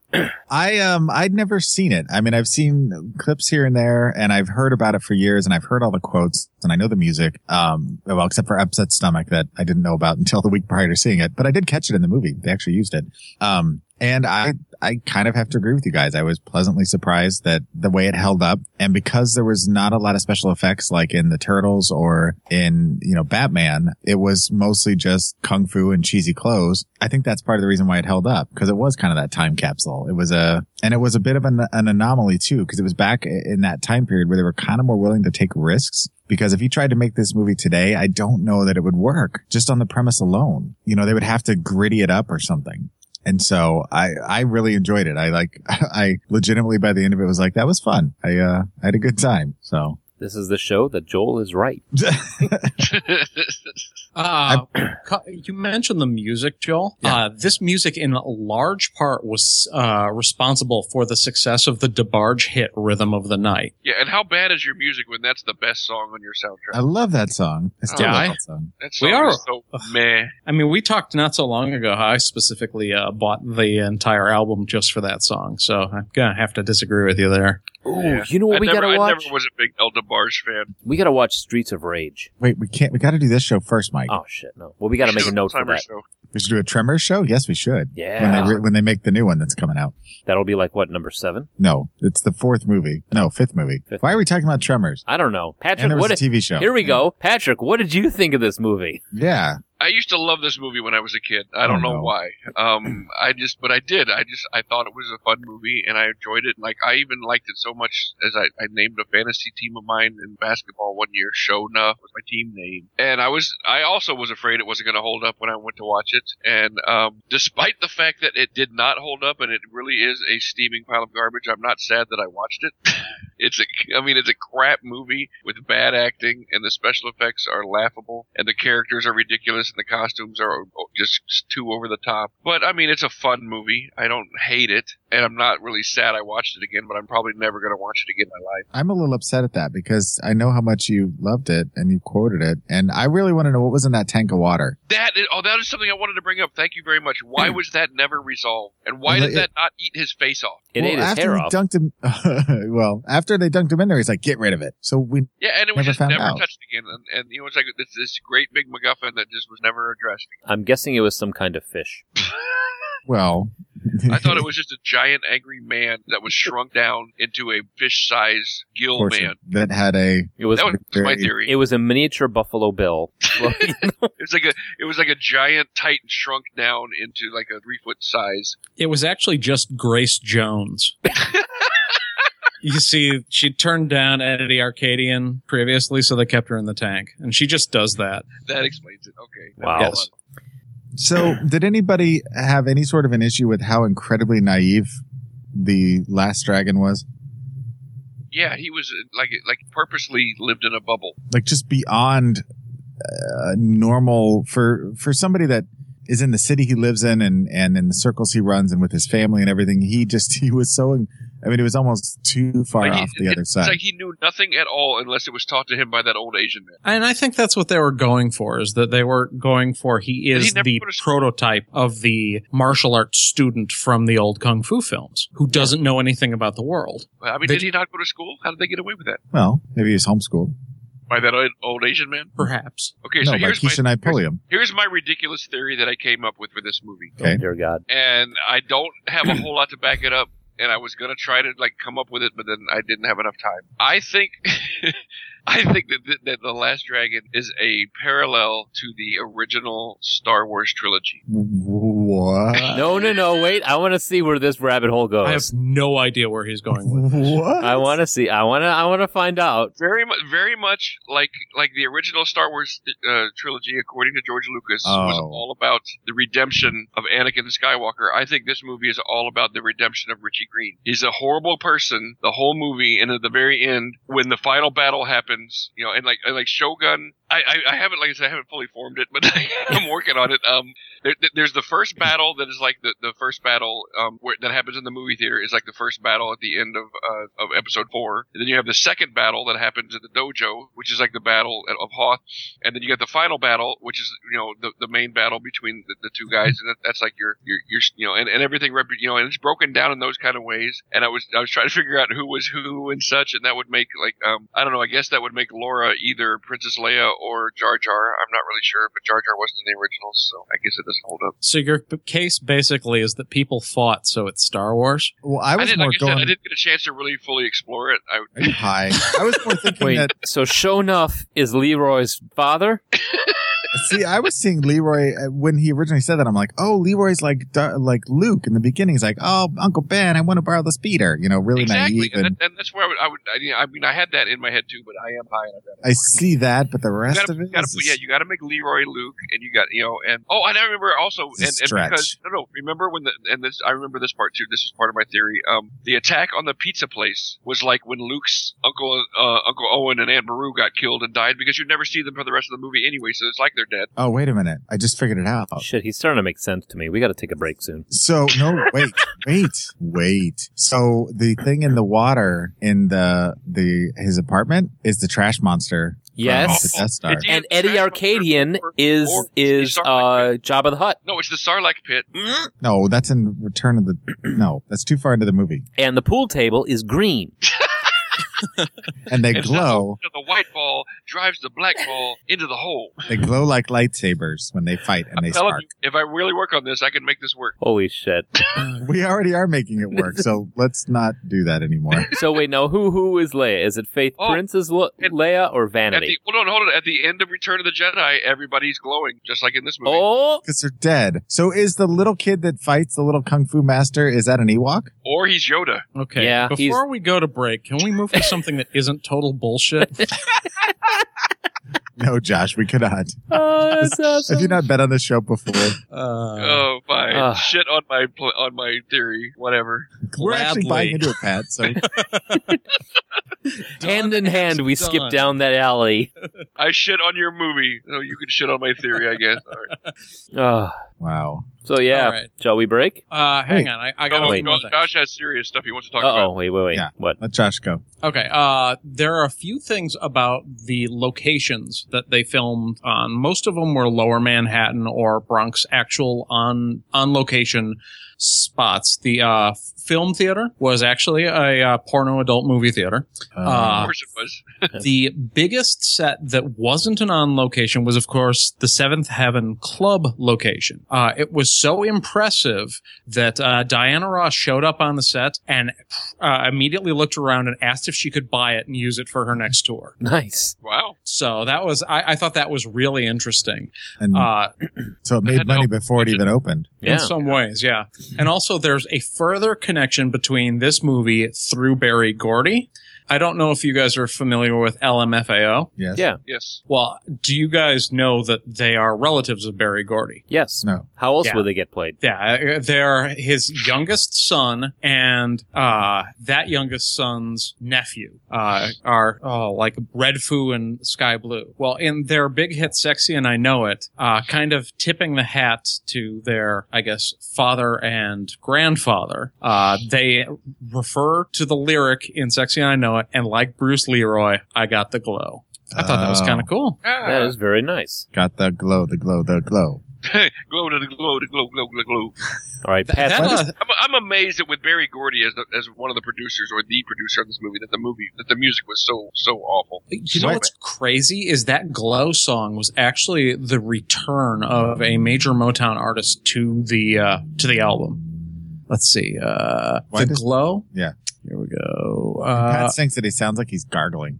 I um I'd never seen it. I mean, I've seen clips here and there, and I've heard about it for years, and I've heard all the quotes, and I know the music. Um, well, except for "Upset Stomach" that I didn't know about until the week prior to seeing it, but I did catch it in the movie. They actually used it. Um, and I I kind of have to agree with you guys. I was pleasantly surprised that the way it held up, and because there was not a lot of special effects like in the Turtles or in you know Batman, it was mostly just kung fu and cheesy clothes. I think that's part of the reason why it held up because it was kind of that time capsule. It was a and it was a bit of an, an anomaly too because it was back i- in that time period where they were kind of more willing to take risks. Because if you tried to make this movie today, I don't know that it would work just on the premise alone. You know, they would have to gritty it up or something. And so I, I really enjoyed it. I like, I legitimately by the end of it was like, that was fun. I, uh, I had a good time. So This is the show that Joel is right. Uh, cu- you mentioned the music, Joel. Uh, this music, in large part, was uh, responsible for the success of the DeBarge hit "Rhythm of the Night." yeah. And how bad is your music when that's the best song on your soundtrack? I love that song. I still Yeah, love I- that song. That song we are- is so meh. I mean, we talked not so long ago how I specifically uh, bought the entire album just for that song. So I'm gonna have to disagree with you there. Oh, Yeah. you know what I we never, gotta I watch? never was a big Elda Barge fan. We gotta watch Streets of Rage. Wait, we can't, we got to do this show first, Mike. Oh shit, no. Well, we gotta make a note for Timer that. show. We should do a Tremors show. Yes, we should. When Yeah, they, re- when they make the new one that's coming out. that'll be like what number seven? No, it's the fourth movie. No, fifth movie. Fifth. Why are we talking about Tremors? I don't know, And Patrick. there was What? a TV show. Here we go, Patrick. What did you think of this movie? Yeah. I used to love this movie when I was a kid. I Oh, don't know no. why. Um, I just, but I did. I just, I thought it was a fun movie and I enjoyed it. Like, I even liked it so much as I, I named a fantasy team of mine in basketball one year. Shona was my team name. And I was, I also was afraid it wasn't going to hold up when I went to watch it. And, um, despite the fact that it did not hold up and it really is a steaming pile of garbage, I'm not sad that I watched it. It's a, I mean, it's a crap movie with bad acting, and the special effects are laughable, and the characters are ridiculous, and the costumes are just too over the top. But I mean, it's a fun movie. I don't hate it, and I'm not really sad I watched it again. But I'm probably never going to watch it again in my life. I'm a little upset at that because I know how much you loved it and you quoted it. And I really want to know what was in that tank of water. That is, oh, that is something I wanted to bring up. Thank you very much. Why was that never resolved, and why Hmm. Well, did it- that not eat his face off? It ate his after hair they off. dunked him, well, after they dunked him in there, he's like, get rid of it. So we, Yeah, and it was Never just found never out. touched again. And, and you know, it's like this, this great big MacGuffin that just was never addressed. I'm guessing it was some kind of fish. well, I thought it was just a giant angry man that was shrunk down into a fish-sized gill portion man. that had a, It was That was my very- theory. it was a miniature Buffalo Bill. Oh, It was like a it was like a giant titan shrunk down into like a three foot size. It was actually just Grace Jones. you see, she turned down Eddie Arcadian previously, so they kept her in the tank. And she just does that. That explains it. Okay. Wow. Yes. So, did anybody have any sort of an issue with how incredibly naive the last dragon was? Yeah, he was uh, like like purposely lived in a bubble. Like, just beyond uh, normal for for somebody that is in the city he lives in and and in the circles he runs and with his family and everything. He just he was so. I mean, it was almost too far Like, off he- the it- other It's side. like he knew nothing at all unless it was taught to him by that old Asian man. And I think that's what they were going for, is that they were going for he he is never the go to school? prototype of the martial arts student from the old kung fu films who doesn't know anything about the world. Well, I mean, They- did he not go to school? How did they get away with that? well, maybe he was homeschooled. By that old- old Asian man? Perhaps. Okay, no, so by here's my, Keisha Knight here's, Pulliam. here's my ridiculous theory that I came up with for this movie. Okay. Dear God. and I don't have a whole lot to back it up. And I was gonna try to like come up with it, but then I didn't have enough time. I think, I think that, that that the Last Dragon is a parallel to the original Star Wars trilogy. What? No, no, no. Wait. I want to see where this rabbit hole Oh, I have goes. no idea where he's going with. what? I want to see. I want to. I want to find out. Very much, very much like like the original Star Wars uh, trilogy, according to George Lucas, was Oh. all about the redemption of Anakin Skywalker. I think this movie is all about the redemption of Richie Green. He's a horrible person the whole movie, and at the very end, when the final battle happens, you know, and like and like Shogun, I, I I haven't like I said, I haven't fully formed it, but I'm working on it. Um, there, there- there's the first battle that is like the, the first battle um, where, that happens in the movie theater is like the first battle at the end of uh, of episode four. And then you have the second battle that happens at the dojo, which is like the battle at- of Hoth. And then you got the final battle, which is you know the, the main battle between the, the two guys, and that, that's like your your your you know and, and everything rep- you know and it's broken down in those kind of ways. And I was I was trying to figure out who was who and such, and that would make like um I don't know I guess that would make Laura either Princess Leia or Jar Jar. I'm not really sure, but Jar Jar wasn't in the originals, so I guess it doesn't hold up. So your p- case basically is that people fought, so it's Star Wars. Well, I I was didn't, more like I, said, I going. didn't get a chance to really fully explore it. I, Are you high? I was more thinking Wait. that So show enough is Leroy's father. See, I was seeing Leroy uh, when he originally said that. I'm like, oh, Leroy's like Dar- like Luke in the beginning. He's like, oh, Uncle Ben, I want to borrow the speeder. You know, really exactly, naive. and, And that, and that's where I would. I, would I, mean, I mean, I had that in my head too, but I am high on that. I see that, but the You rest gotta, of it you gotta is put- yeah, you got to make Leroy Luke, and you got you know, and oh, and I remember also, It's a and, and stretch. because no, no, remember when the and this I remember this part too. This is part of my theory. Um, the attack on the pizza place was like when Luke's uncle, uh, Uncle Owen and Aunt Beru got killed and died because you never see them for the rest of the movie anyway, so it's like they're dead. oh, wait a minute, I just figured it out. Shit, he's starting to make sense to me. We got to take a break soon. So no, wait, wait, wait. So the thing in the water in the the his apartment is the trash monster. from Yes. the Death Star. It's either And the Eddie Trash Arcadian Monster is or it's is the Sarlacc pit. uh Job of the Hut, No, it's the Sarlacc pit. No, that's in Return of the. No, that's too far into the movie. and the pool table is green. And they And glow. The white ball drives the black ball into the hole. They glow like lightsabers when they fight and they Tell 'em spark. if I really work on this, I can make this work. Holy shit! We already are making it work, so let's not do that anymore. So wait, now who who is Leia? Is it Faith Oh, Prince as Le- and- Leia or At the, Vanity? hold on, hold on. At the end of Return of the Jedi, everybody's glowing, just like in this movie. Oh, Because they're dead. So is the little kid that fights the little kung fu master? Is that an Ewok? Or he's Yoda. Okay. Yeah, he's- Before we go to break, can we move to something that isn't total bullshit? No, Josh, we cannot. oh that's awesome. Have you not bet on the show before? Uh, oh, fine. Ugh. Shit on my pl- on my theory. Whatever. We're actually Gladly. buying into it, Pat. So hand in hand, we Done. skip down that alley. I shit on your movie, so you can shit on my theory, I guess. All right. Oh, Wow. so yeah, All right. shall we break? Uh, hang on, I, I got Josh- one more Josh, thing. Oh, Josh has serious stuff he wants to talk Uh oh, about. wait, wait, wait. Yeah. What? Let Josh go. Okay. Uh, there are a few things about the locations that they filmed on. Most of them were lower Manhattan or Bronx actual on, on location spots. The, uh, film theater was actually a uh, porno adult movie theater. Of Um, Uh, course it was. the biggest set that wasn't an on location was, of course, the Seventh Heaven Club location. Uh, it was so impressive that uh, Diana Ross showed up on the set and uh, immediately looked around and asked if she could buy it and use it for her next tour. Nice. Wow. So that was, I, I thought that was really interesting. and Uh, so it made had no- money before it even opened. Yeah. in some ways, yeah. And also, there's a further connection between this movie through Barry Gordy. I don't know if you guys are familiar with LMFAO. Yes. Yeah. Yes. Well, do you guys know that they are relatives of Barry Gordy? Yes. No. How else Yeah. would they get played? Yeah, uh, they're his youngest son and uh, that youngest son's nephew uh, are oh, like Red Foo and Sky Blue. Well, in their big hit "Sexy and I Know It," uh, kind of tipping the hat to their, I guess, father and grandfather, uh, they refer to the lyric in "Sexy and I Know It" and like Bruce Leroy, "I got the glow." I thought that was Oh. kind of cool. Ah. That is very nice. Got the glow, the glow, the glow. glow to the glow to glow glow glow glow. All right, Th- pass. that, uh, I'm, I'm amazed that with Barry Gordy as the, as one of the producers or the producer on this movie that the movie that the music was so so awful. You know Right. what's crazy is that Glow song was actually the return of a major Motown artist to the uh, to the album. Let's see, uh, Why the does- Glow. Yeah. here we go. Pat Uh, thinks that he sounds like he's gargling.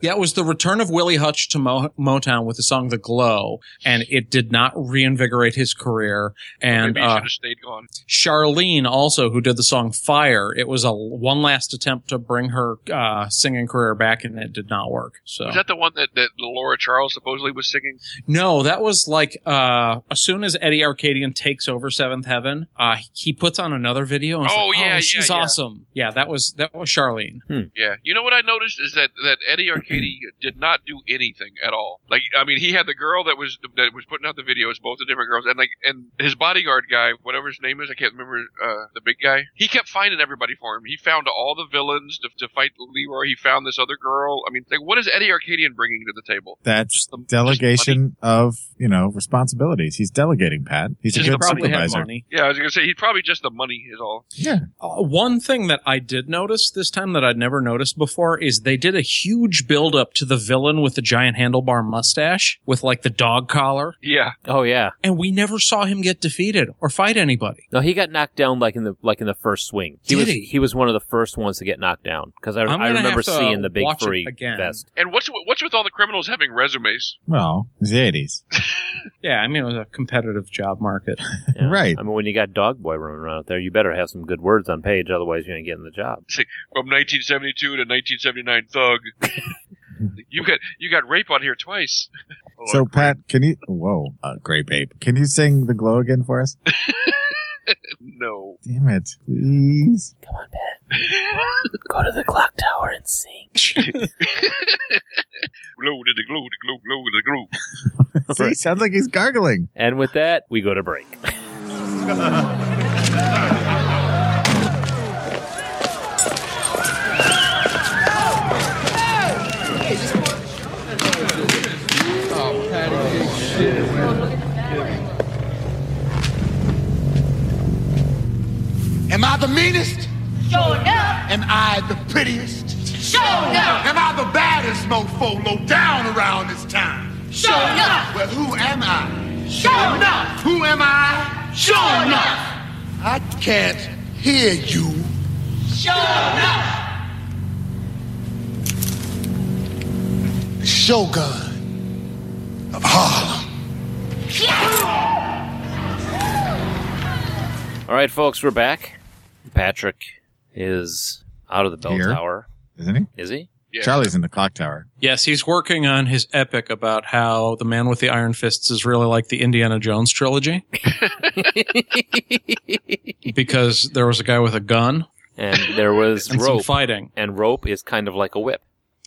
yeah, it was the return of Willie Hutch to Mo- Motown with the song "The Glow," and it did not reinvigorate his career. And Maybe he uh, should have stayed gone. Charlene also, who did the song "Fire," it was a one last attempt to bring her uh, singing career back, and it did not work. So Was that the one that that Laura Charles supposedly was singing? No, that was like uh as soon as Eddie Arcadian takes over Seventh Heaven, uh he puts on another video and it's Oh, like, yeah, yeah, she's yeah. awesome. Yeah, that was that was Charlene. Yeah. You know what I noticed is that that Eddie Arcady did not do anything at all. Like I mean, he had the girl that was that was putting out the videos, both the different girls, and like and his bodyguard guy, whatever his name is, I can't remember uh, the big guy. He kept finding everybody for him. He found all the villains to, to fight Leroy. He found this other girl. I mean, like what is Eddie Arcadian bringing to the table? That's Just the- just delegation of, you know, responsibilities. He's delegating, Pat. He's a Just good probably had supervisor. money. Yeah, I was gonna say he's probably just the money is all. Yeah. Uh, one thing that I did notice this time that I'd never noticed before is they did a huge build up to the villain with the giant handlebar mustache with like the dog collar, Yeah, Oh yeah. and we never saw him get defeated or fight anybody. No, he got knocked down like in the like in the first swing. He Did was he? was one of the first ones to get knocked down because I, I'm I gonna remember have to uh, seeing the big watch it furry again. vest. and what's what's with all the criminals having resumes? Well, it's the 80s. Yeah, I mean it was a competitive job market. Yeah. Right. I mean, when you got dog boy running around out there, you better have some good words on page, otherwise you ain't getting the job. from 1972 to 1979 thug. you got you got rape on here twice. Oh, So, Pat, can you, whoa, uh, great babe. Can you sing the glow again for us? no. Damn it. Please. Go to the clock tower and sing. Glow to the glow to glow glow to the glow. See, sounds like he's gargling. And with that, we go to break. Am I the meanest? Showed up, Am I the prettiest? showed up, Am I the baddest mofo low down around this town? showed up, Well, who am I? showed up, Who am I? Sure enough. I can't hear you. showed up, The Shogun of Harlem. All right, folks, we're back. Patrick is out of the bell Here. tower. Isn't he? Is he? Yeah. Charlie's in the clock tower. Yes, he's working on his epic about how the Man with the Iron Fists is really like the Indiana Jones trilogy because there was a guy with a gun and there was and some rope, fighting. and rope is kind of like a whip.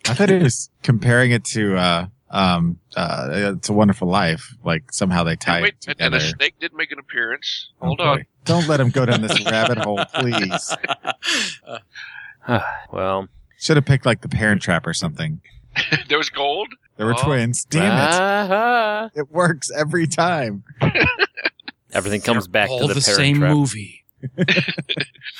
I thought he was comparing it to uh um uh It's a Wonderful Life. Like somehow they tie Wait, it and, together. and a snake did make an appearance. Hold Oh, on. boy. Don't let him go down this rabbit hole, please. Well, Should have picked like the Parent Trap or something. there was gold. There were Oh. twins. Damn it! ah-ha. It works every time. Everything comes back all to the, the parent same trap. movie.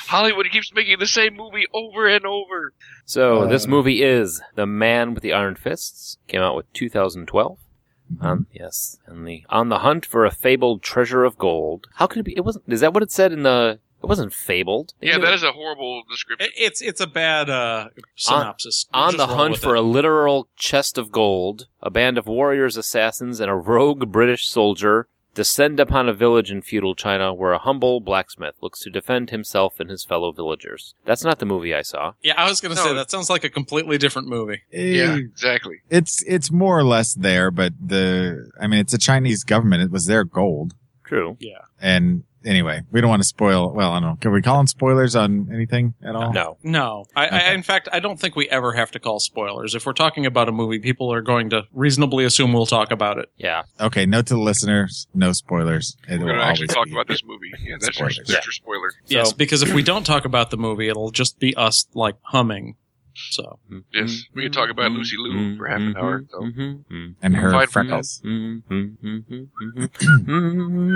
Hollywood keeps making the same movie over and over. So Uh, this movie is The Man with the Iron Fists. Came out with 2012. Um, yes, and the on the hunt for a fabled treasure of gold. How could it be? It wasn't. Is that what it said in the? It wasn't fabled. They Yeah, did that it. is a horrible description. It- It's it's a bad uh, synopsis. We'll On just the roll hunt with for it. a literal chest of gold, a band of warriors, assassins, and a rogue British soldier descend upon a village in feudal China where a humble blacksmith looks to defend himself and his fellow villagers. That's not the movie I saw. yeah, I was gonna No. say that sounds like a completely different movie. yeah, Eh, exactly. It's it's more or less there, but the I mean it's a Chinese government. It was their gold. True. And anyway, we don't want to spoil. Well, I don't know. Can we call them spoilers on anything at all? No. No, I, I Okay. in fact I don't think we ever have to call spoilers if we're talking about a movie. People are going to reasonably assume we'll talk about it. Yeah. Okay. Note to the listeners: no spoilers. We're It will going to always actually talk be- about this movie. Yeah, that's your, Spoilers. that's your spoiler. yes, because if we don't talk about the movie, it'll just be us like humming. So Yes, we can talk about Lucy Liu for half an hour, so. and her Five freckles. What are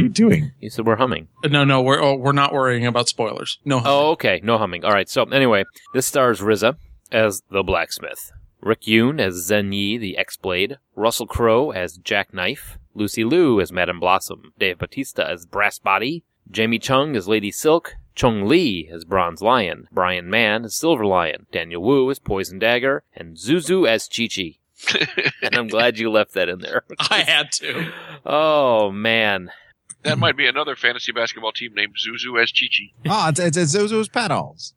you doing? You said we're humming. no, no, we're oh, we're not worrying about spoilers. No, Oh, okay. No humming. All right. So, anyway, this stars Riza as the blacksmith, Rick Yoon as Zen Yi, the X Blade, Russell Crowe as Jackknife, Lucy Liu as Madame Blossom, Dave Batista as Brass Body, Jamie Chung as Lady Silk, Chung Lee as Bronze Lion, Brian Mann as Silver Lion, Daniel Wu as Poison Dagger, and Zuzu as Chi Chi. and I'm glad you left that in there. I had to. Oh, man. That might be another fantasy basketball team named Zuzu as Chichi. Oh, it's it's, it's Zuzu's pedals.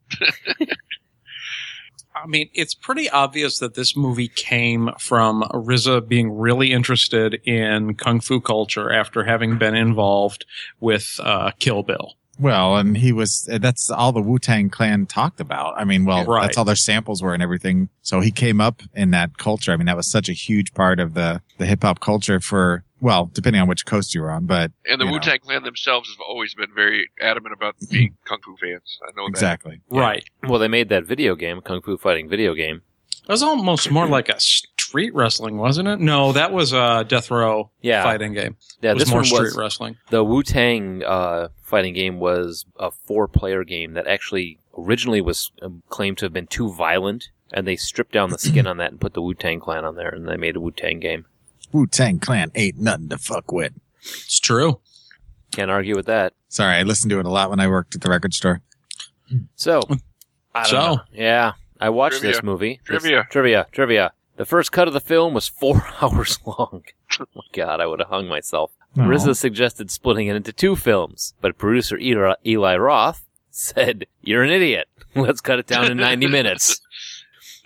I mean, it's pretty obvious that this movie came from Riza being really interested in kung fu culture after having been involved with uh, Kill Bill. Well, and he was. That's all the Wu Tang Clan talked about. I mean, well, Right. that's all their samples were and everything. So he came up in that culture. I mean, that was such a huge part of the the hip hop culture for. Well, depending on which coast you were on, but And the You know. Wu Tang Clan themselves have always been very adamant about being kung fu fans. I know that. Mm-hmm. exactly. Right. Well, they made that video game, Kung Fu Fighting video game. It was almost more like a street wrestling, wasn't it? No, that was a death row Yeah. fighting game. Yeah, it was this more one street was wrestling. The Wu Tang uh, fighting game was a four player game that actually originally was um, claimed to have been too violent, and they stripped down the skin on that and put the Wu Tang Clan on there, and they made a Wu Tang game. Wu Tang Clan ain't nothing to fuck with. It's true. Can't argue with that. Sorry, I listened to it a lot when I worked at the record store. So, I don't So? know. yeah, I watched Trivia. this movie. This- Trivia. trivia, trivia. The first cut of the film was four hours long. oh my god, I would have hung myself. Aw. Rizzo suggested splitting it into two films, but producer Eli, Eli Roth said, "You're an idiot. Let's cut it down to 90 minutes."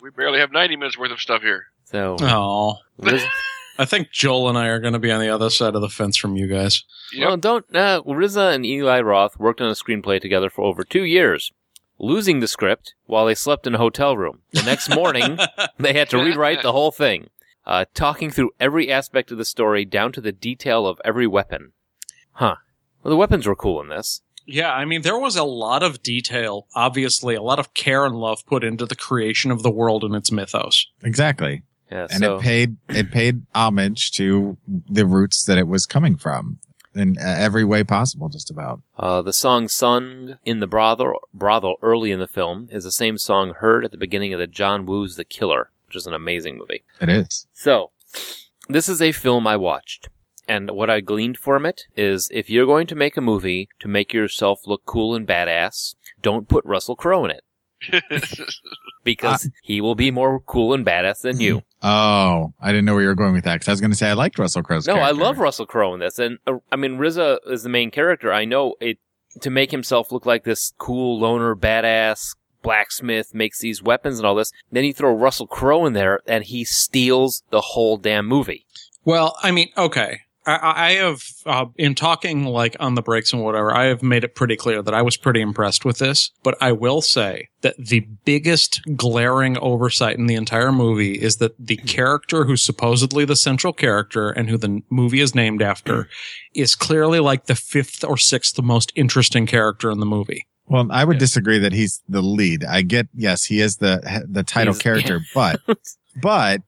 We barely have 90 minutes worth of stuff here. So, Oh, Riz- I think Joel and I are going to be on the other side of the fence from you guys. Yep. well, don't. Uh, Riza and Eli Roth worked on a screenplay together for over two years, losing the script while they slept in a hotel room. The next morning, they had to rewrite the whole thing, uh, talking through every aspect of the story down to the detail of every weapon. Huh. Well, the weapons were cool in this. Yeah, I mean, there was a lot of detail, obviously, a lot of care and love put into the creation of the world and its mythos. Exactly. Yeah, and so it paid it paid homage to the roots that it was coming from in uh, every way possible just about uh, the song sung in the brothel, brothel early in the film is the same song heard at the beginning of the John Woo's The Killer, which is an amazing movie. it is So, this is a film I watched. And what I gleaned from it is if you're going to make a movie to make yourself look cool and badass, don't put Russell Crowe in it Uh, because he will be more cool and badass than you. oh i didn't know where you were going with that because i was going to say i liked russell crowe's No, I character. love Russell Crowe in this. And uh, I mean, Riza is the main character. I know it to make himself look like this cool loner badass blacksmith makes these weapons and all this. Then you throw Russell Crowe in there and he steals the whole damn movie. Well, I mean, okay. I, I have, uh, in talking like on the breaks and whatever, I have made it pretty clear that I was pretty impressed with this. But I will say that the biggest glaring oversight in the entire movie is that the character who's supposedly the central character and who the movie is named after is clearly like the fifth or sixth most interesting character in the movie. Well, I would disagree that he's the lead. I get yes, he is the the title He's- character, but but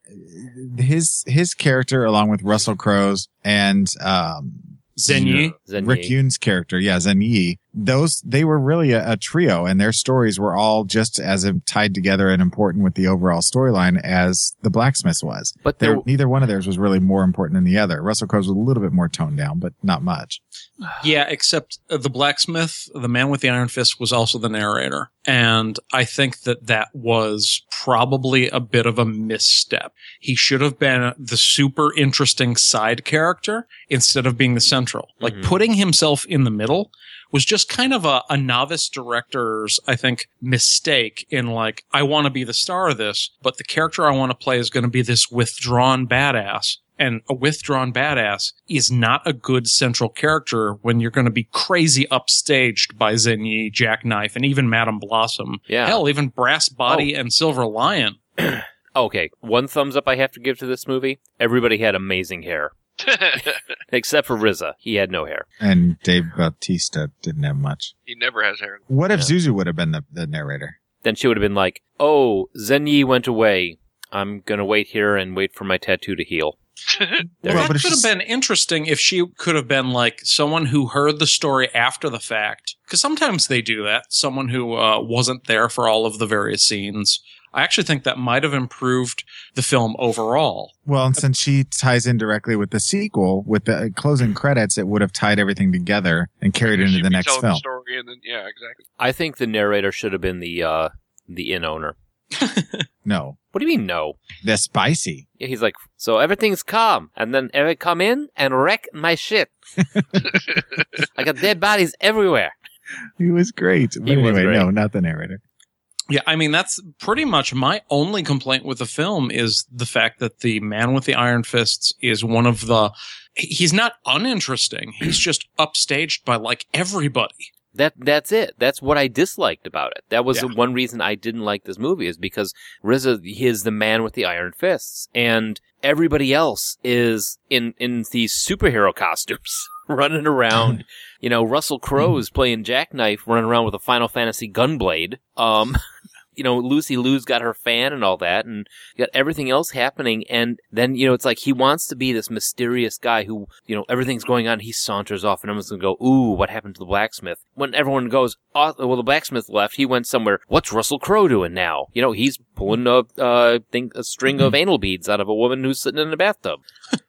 his his character along with Russell Crowe's and um Zenyi. Zenye. Rick Yoon's character, yeah, Zen Yi, those they were really a, a trio, and their stories were all just as im- tied together and important with the overall storyline as the blacksmith was. but There, there, neither one of theirs was really more important than the other. Russell Crowe's was a little bit more toned down, but not much. Yeah, except uh, the blacksmith, the man with the iron fist, was also the narrator. And I think that that was probably a bit of a misstep. He should have been the super interesting side character instead of being the central. Like Mhm. putting himself in the middle was just kind of a, a novice director's, I think, mistake in like, I want to be the star of this, but the character I want to play is going to be this withdrawn badass. And a withdrawn badass is not a good central character when you're going to be crazy upstaged by Zenyi, Jackknife, and even Madame Blossom. Yeah. Hell, even Brass Body and Silver Lion. okay, one thumbs up I have to give to this movie. Everybody had amazing hair, except for Riza. He had no hair. And Dave Bautista didn't have much. he never has hair. What if Yeah. Zuzu would have been the, the narrator? Then she would have been like, "Oh, Zenyi went away. I'm gonna wait here and wait for my tattoo to heal." There well, you go. But that if could have she's- been interesting if she could have been like someone who heard the story after the fact, because sometimes they do that. Someone who uh, wasn't there for all of the various scenes. I actually think that might have improved the film overall. Well, and since she ties in directly with the sequel, with the closing credits, it would have tied everything together and carried She'd into the be next telling film. story and then, yeah, exactly. I think the narrator should have been the uh, the inn owner. No, What do you mean no? they're spicy. Yeah, he's like, so everything's calm, and then Eric come in and wreck my shit. I got dead bodies everywhere. He was great. But He was anyway, great. no, not the narrator. Yeah, I mean that's pretty much my only complaint with the film is the fact that the man with the iron fists is one of the. He's not uninteresting. He's just upstaged by like everybody. That that's it. That's what I disliked about it. That was Yeah. the one reason I didn't like this movie is because Riza he is the man with the iron fists, and everybody else is in in these superhero costumes running around. you know, Russell Crowe's playing Jackknife, running around with a Final Fantasy gunblade. Um, you know, Lucy Lou's got her fan and all that, and you got everything else happening. And then, you know, it's like he wants to be this mysterious guy who, you know, everything's going on. He saunters off, and everyone's going to go, Ooh, what happened to the blacksmith? When everyone goes, oh, Well, the blacksmith left. He went somewhere. What's Russell Crowe doing now? You know, he's pulling a, uh, thing, a string Mm-hmm. of anal beads out of a woman who's sitting in a bathtub.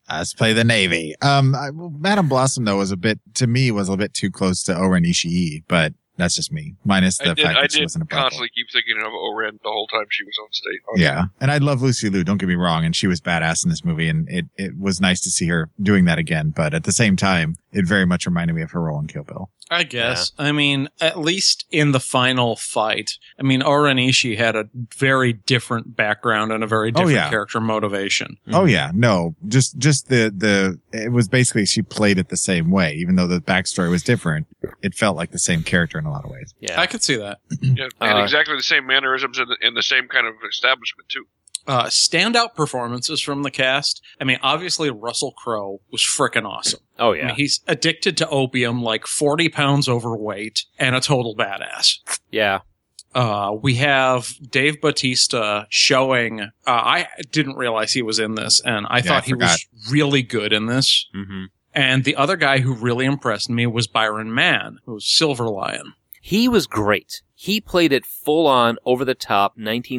Let's play the Navy. Um, I, well, Madame Blossom though was a bit to me was a bit too close to Oren Ishii, but that's just me. Minus the I did, fact I that she did wasn't a brothel. constantly keep thinking of Oren the whole time she was on stage. on Yeah, and I love Lucy Liu. Don't get me wrong, and she was badass in this movie, and it it was nice to see her doing that again. But at the same time, it very much reminded me of her role in Kill Bill. I guess. I mean, at least in the final fight, I mean, Oranishi had a very different background and a very different yeah. character motivation. Oh yeah, no, just just the the it was basically she played it the same way, even though the backstory was different. It felt like the same character in a lot of ways. Yeah. I could see that. Yeah, and Uh, exactly the same mannerisms and the, and the same kind of establishment too. Uh, standout performances from the cast. I mean, obviously, Russell Crowe was freaking awesome. oh, I yeah. mean, he's addicted to opium, like 40 pounds overweight, and a total badass. Yeah. uh, we have Dave Batista showing. Uh, I didn't realize he was in this, and I Yeah, thought I he was really good in this. hmm And the other guy who really impressed me was Byron Mann, who's Silver Lion. He was great. He played it full on, over the top,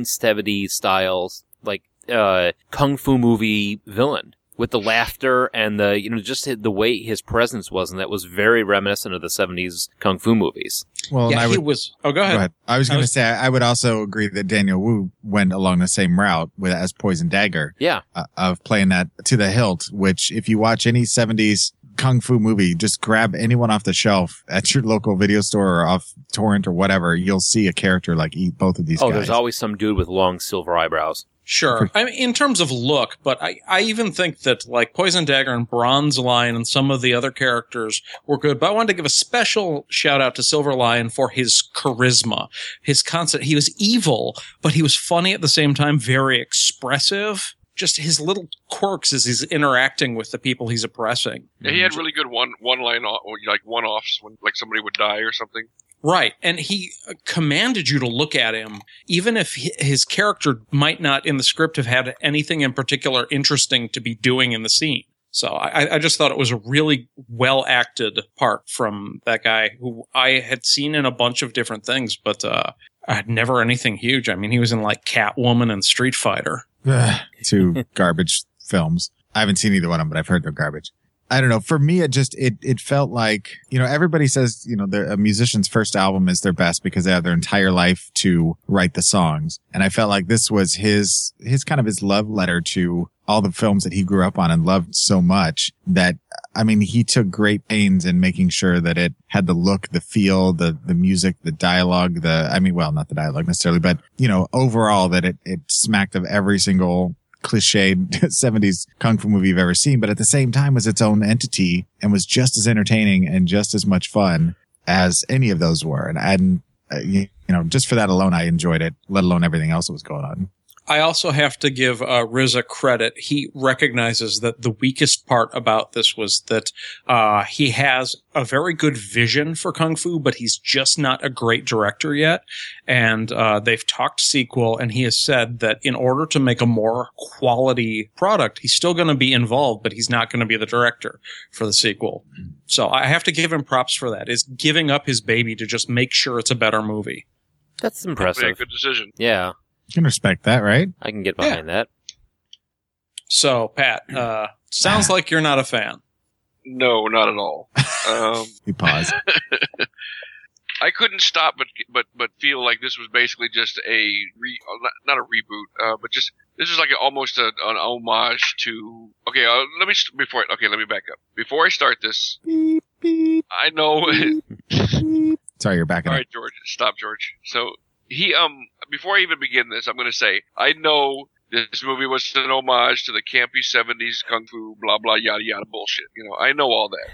1970s styles, like uh, kung fu movie villain with the laughter and the you know just hit- the way his presence was, and that was very reminiscent of the 70s kung fu movies. Well, and yeah, I he would was. Oh, go ahead. Go ahead. I was I going to was- say I I would also agree that Daniel Wu went along the same route with as Poison Dagger Yeah, uh, of playing that to the hilt. Which, if you watch any '70s kung fu movie, just grab anyone off the shelf at your local video store or off torrent or whatever. You'll see a character like eat both of these oh, guys. there's always some dude with long silver eyebrows. Sure. I mean, in terms of look, but I, I even think that like Poison Dagger and Bronze Lion and some of the other characters were good. But I wanted to give a special shout out to Silver Lion for his charisma, his constant. He was evil, but he was funny at the same time, very expressive. Just his little quirks as he's interacting with the people he's oppressing. Yeah, Mhm. he had really good one one line o- or like one offs when like somebody would die or something. Right. And he commanded you to look at him, even if hi- his character might not in the script have had anything in particular interesting to be doing in the scene. So I, I- I just thought it was a really well acted part from that guy who I had seen in a bunch of different things, but uh, I had never anything huge. I mean, he was in like Catwoman and Street Fighter. Ugh, two garbage films. I haven't seen either one of them, but I've heard they're garbage. I don't know. For me, it just it it felt like you know everybody says you know their, a musician's first album is their best because they have their entire life to write the songs, and I felt like this was his his kind of his love letter to all the films that he grew up on and loved so much that I mean he took great pains in making sure that it had the look, the feel, the the music, the dialogue, the I mean well not the dialogue necessarily, but you know overall that it it smacked of every single cliched 70s kung fu movie you've ever seen, but at the same time was its own entity and was just as entertaining and just as much fun as any of those were. And, and uh, you, you know, just for that alone, I enjoyed it, let alone everything else that was going on. I also have to give uh, Riza credit. He recognizes that the weakest part about this was that uh, he has a very good vision for Kung Fu, but he's just not a great director yet. And uh, they've talked sequel, and he has said that in order to make a more quality product, he's still going to be involved, but he's not going to be the director for the sequel. So I have to give him props for that. Is giving up his baby to just make sure it's a better movie. That's Probably a impressive. good decision. Yeah, You can respect that, right? I can get Yeah. behind that. So Pat, uh, sounds like you're not a fan. No, not at all. Um, He paused. I couldn't stop but but but feel like this was basically just a re uh, not- not a reboot, uh, but just this is like almost a, an homage to. Okay, uh, let me st- before I- okay, let me back up before I start this. beep, beep, I know. beep. Sorry, you're backing All up. right, George, stop, George. So he um before I even begin this, I'm going to say I know this movie was an homage to the campy '70s kung fu blah blah yada yada bullshit. You know, I know all that.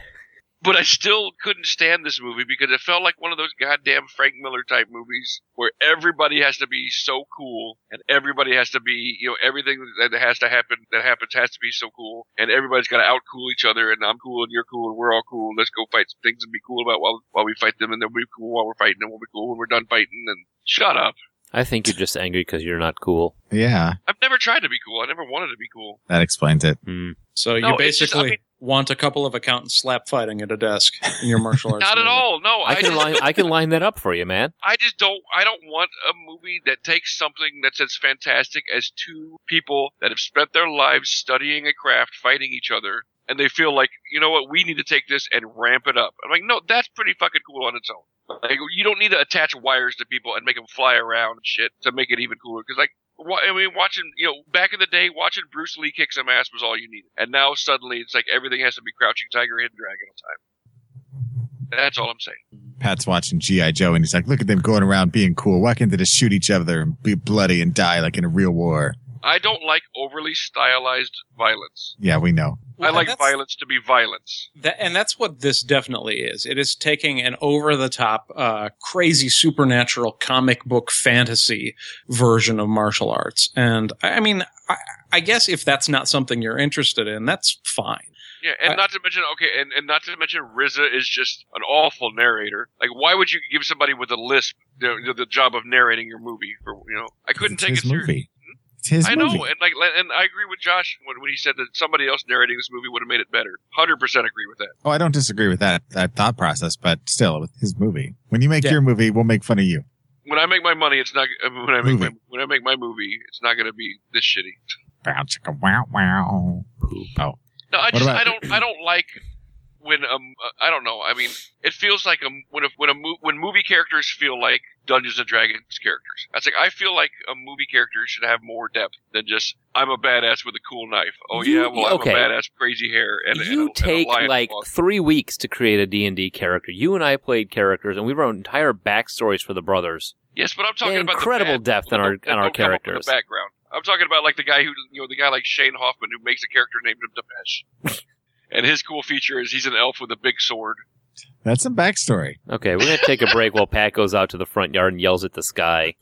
But I still couldn't stand this movie because it felt like one of those goddamn Frank Miller type movies where everybody has to be so cool and everybody has to be, you know, everything that has to happen that happens has to be so cool and everybody's got to out cool each other and I'm cool and you're cool and we're all cool. Let's go fight some things and be cool about while while we fight them and they'll be cool while we're fighting and we'll be cool when we're done fighting and shut up. I think you're just angry because you're not cool. Yeah, I've never tried to be cool. I never wanted to be cool. that explains it. Hmm. So No, you it's just- I basically mean- want a couple of accountants slap fighting at a desk in your martial arts. Not at movie. all. No, I can just- line I can line that up for you, man. I just don't. I don't want a movie that takes something that's as fantastic as two people that have spent their lives studying a craft, fighting each other, and they feel like, you know what, we need to take this and ramp it up. I'm like, no, that's pretty fucking cool on its own. Like, you don't need to attach wires to people and make them fly around and shit to make it even cooler. Because like, wa- I mean, watching, you know, back in the day, watching Bruce Lee kick some ass was all you needed, and now suddenly it's like everything has to be Crouching Tiger, Hidden Dragon all the time. That's all I'm saying. Pat's watching G.I. Joe and he's like, look at them going around being cool. Why can't they just shoot each other and be bloody and die like in a real war? I don't like overly stylized violence. Yeah, we know. Well, I like that's- violence to be violence. That, and that's what this definitely is. It is taking an over the top, uh, crazy supernatural comic book fantasy version of martial arts. And I I mean, I, I guess if that's not something you're interested in, that's fine. Yeah, and I- not to mention okay, and, and not to mention Riza is just an awful narrator. Like, why would you give somebody with a lisp the, the job of narrating your movie? For you know, I couldn't It's take his it seriously. movie. It's his I know, movie. and like, and I agree with Josh when, when he said that somebody else narrating this movie would have made it better. Hundred percent agree with that. Oh, I don't disagree with that that thought process, but still, with his movie. When you make Yeah. your movie, we'll make fun of you. When I make my money, it's not I mean, when I make my, Movie. when I make my movie, it's not going to be this shitty. Bow, chicka, wow, wow. Oh, No, I just about- I don't I don't like when um I don't know. I mean, it feels like a when a when a mo- when movie characters feel like Dungeons and Dragons characters. That's like I feel like a movie character should have more depth than just I'm a badass with a cool knife. Oh You- yeah, well okay. I'm a badass crazy hair and and a- you and a take lion like claw. three weeks to create a d&d character you and i played characters and we wrote entire backstories for the brothers Yes, but I'm talking about incredible the bad depth in people our- that in our don't come up with characters. a background. I'm talking about like the guy who you know the guy like Shane Hoffman who makes a character named Depeche. and his cool feature is he's an elf with a big sword. That's some backstory. okay we're gonna take a break while pat goes out to the front yard and yells at the sky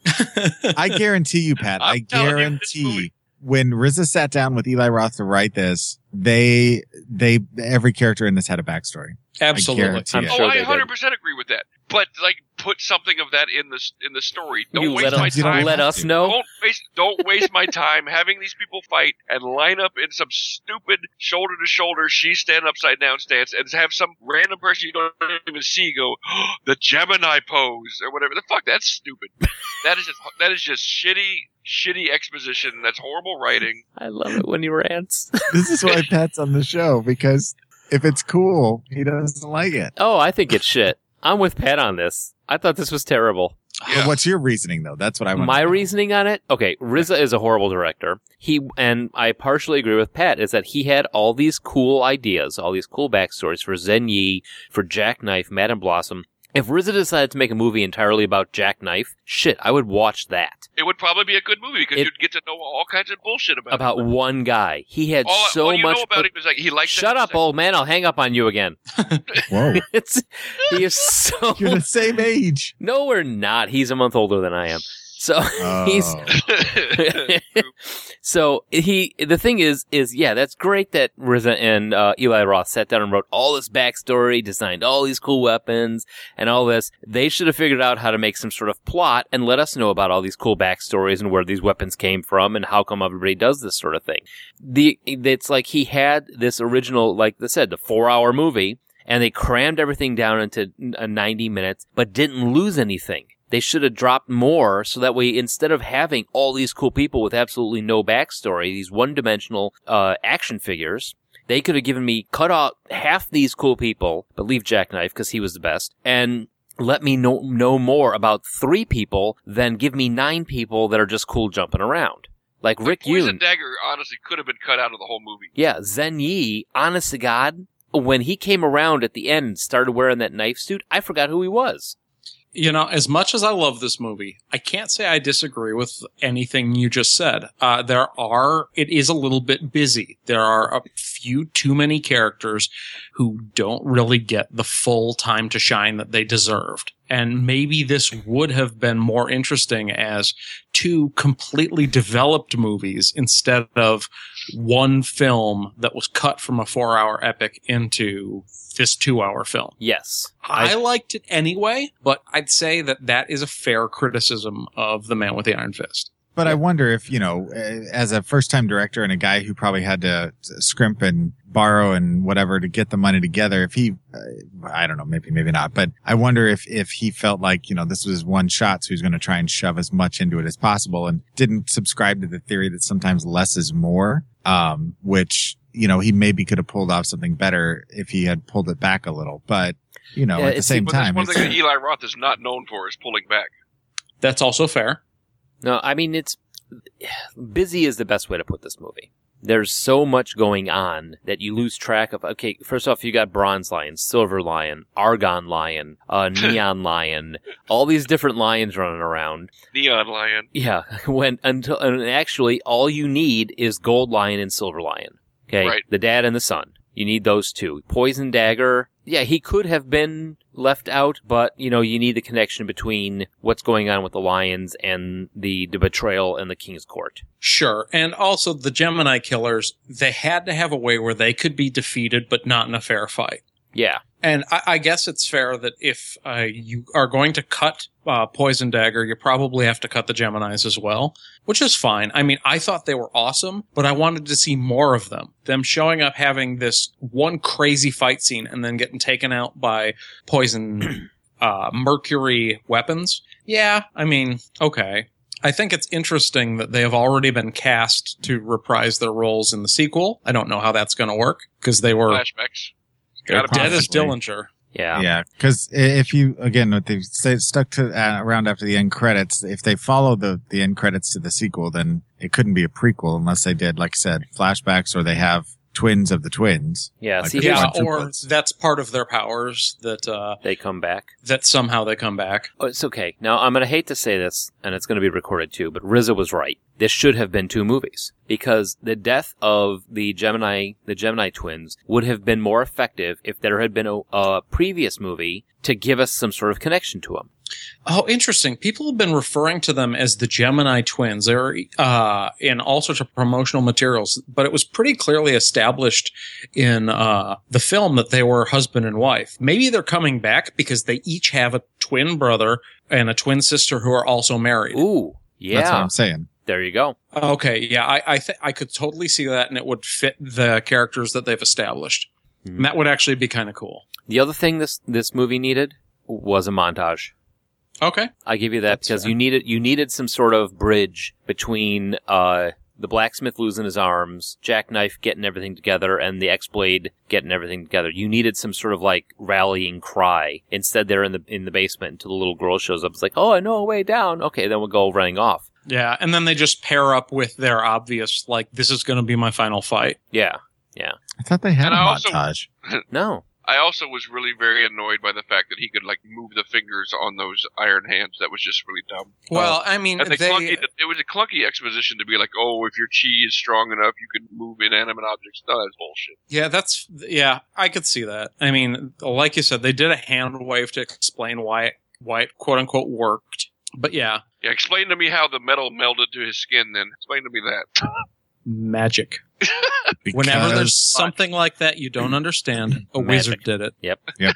I guarantee you, Pat. I'm I telling you, this guarantee. movie- When RZA sat down with Eli Roth to write this, they they every character in this had a backstory. I Absolutely. guarantee I'm it. sure oh, they I did. 100 percent agree with that. But like, put something of that in the s- in the story. Don't you waste let my us, you time. let us know Don't waste don't waste my time having these people fight and line up in some stupid shoulder to shoulder, she stand upside down stance, and have some random person you don't even see go the Gemini pose or whatever. The fuck, that's stupid. that is just, that is just shitty shitty exposition. That's horrible writing. i love it when you rants This is why Pat's on the show because if it's cool, he doesn't like it. oh i think it's shit i'm with pat on this i thought this was terrible But what's your reasoning though? That's what I want. my reasoning on it okay riza is a horrible director he and i partially agree with pat is that he had all these cool ideas all these cool backstories for zen yi for jackknife madam blossom if riza decided to make a movie entirely about jackknife shit i would watch that It would probably be a good movie because It- you'd get to know all kinds of bullshit about about him. one guy he had all, so all you much know about him is like he likes to shut have up sex. old man i'll hang up on you again Whoa, it's he is so you're the same age. no we're not he's a month older than i am so he's Oh. so he the thing is is yeah that's great that Riza and uh, Eli Roth sat down and wrote all this backstory, designed all these cool weapons and all this. They should have figured out how to make some sort of plot and let us know about all these cool backstories and where these weapons came from and how come everybody does this sort of thing. The it's like he had this original like I said the four hour movie and they crammed everything down into uh, 90 minutes, but didn't lose anything. They should have dropped more so that way, instead of having all these cool people with absolutely no backstory, these one dimensional uh, action figures, they could have given me cut out half these cool people, but leave Jackknife because he was the best, and let me know, know more about three people than give me nine people that are just cool jumping around. Like Rick Poison Yoon. Dagger honestly could have been cut out of the whole movie. Yeah, Zen Yi, honest to God, when he came around at the end and started wearing that knife suit, I forgot who he was. You know, as much as I love this movie, I can't say I disagree with anything you just said. Uh, there are, it is a little bit busy. There are a few too many characters who don't really get the full time to shine that they deserved. And maybe this would have been more interesting as two completely developed movies instead of one film that was cut from a four hour epic into this two hour film. Yes. I, liked it anyway, but I'd say that that is a fair criticism of the Man with the Iron Fist. But I wonder if, you know, eh, as a first time director and a guy who probably had to scrimp and borrow and whatever to get the money together, if he, uh, I don't know, maybe, maybe not, but I wonder if, if he felt like, you know, this was one shot, so he's going to try and shove as much into it as possible and didn't subscribe to the theory that sometimes less is more, um, which, you know, he maybe could have pulled off something better if he had pulled it back a little, but, you know, Yeah, at the it's- same But that's time, one it's- thing that Eli Roth is not known for is pulling back. That's also fair. No, I mean it's busy is the best way to put this movie. There's so much going on that you lose track of. Okay, first off, you got Bronze Lion, Silver Lion, Argon Lion, uh, Neon Lion, all these different lions running around. Neon Lion. Yeah, when until and actually all you need is Gold Lion and Silver Lion. Okay, Right. the dad and the son. You need those two. Poison Dagger. Yeah, he could have been left out, but you know you need the connection between what's going on with the lions and the, the betrayal and the king's court. Sure. And also the Gemini killers, they had to have a way where they could be defeated, but not in a fair fight. Yeah, And I, I guess it's fair that if uh, you are going to cut uh, Poison Dagger, you probably have to cut the Geminis as well, which is fine. I mean, I thought they were awesome, but I wanted to see more of them. Them showing up having this one crazy fight scene and then getting taken out by poison uh, mercury weapons. Yeah, I mean, okay. I think it's interesting that they have already been cast to reprise their roles in the sequel. I don't know how that's going to work because they were Flashbacks. Very Dennis possibly. Dillinger. Yeah. Yeah, because if you again, if they stay stuck to uh, around after the end credits, if they follow the the end credits to the sequel, then it couldn't be a prequel unless they did, like I said, flashbacks or they have twins of the twins. Yeah. Like see the how Yeah, Two or parts. that's part of their powers that uh, they come back. that somehow they come back. Oh, it's okay. Now I'm gonna hate to say this, and it's gonna be recorded too, but Rizzo was right. This should have been two movies because the death of the Gemini, the Gemini twins, would have been more effective if there had been a, a previous movie to give us some sort of connection to them. Oh, interesting. People have been referring to them as the Gemini twins. They're uh, in all sorts of promotional materials, but it was pretty clearly established in uh, the film that they were husband and wife. Maybe they're coming back because they each have a twin brother and a twin sister who are also married. Ooh, That's what yeah. I'm saying. There you go. Okay, yeah, I I, th- I could totally see that, and it would fit the characters that they've established. Hmm. And that would actually be kind of cool. The other thing this this movie needed was a montage. Okay. I give you that That's because fair. you needed you needed some sort of bridge between uh, the blacksmith losing his arms, jackknife getting everything together, and the X blade getting everything together. You needed some sort of like rallying cry. Instead, they're in the in the basement until the little girl shows up. It's like, oh, I know a way down. Okay, then we'll go running off. Yeah, and then they just pair up with their obvious, like, this is going to be my final fight. Yeah. I thought they had And a I also- montage. No. I also was really very annoyed by the fact that he could like move the fingers on those iron hands. That was just really dumb. Well, I mean, And they, they, clunky, it was a clunky exposition to be like, oh, if your chi is strong enough, you can move inanimate objects. No, that's bullshit. yeah, that's, yeah, I could see that. I mean, like you said, they did a hand wave to explain why it, why it quote unquote worked. But yeah, Yeah, explain to me how the metal melted to his skin. Then explain to me that. magic. because- Whenever there's something like that you don't understand, a Magic. wizard did it.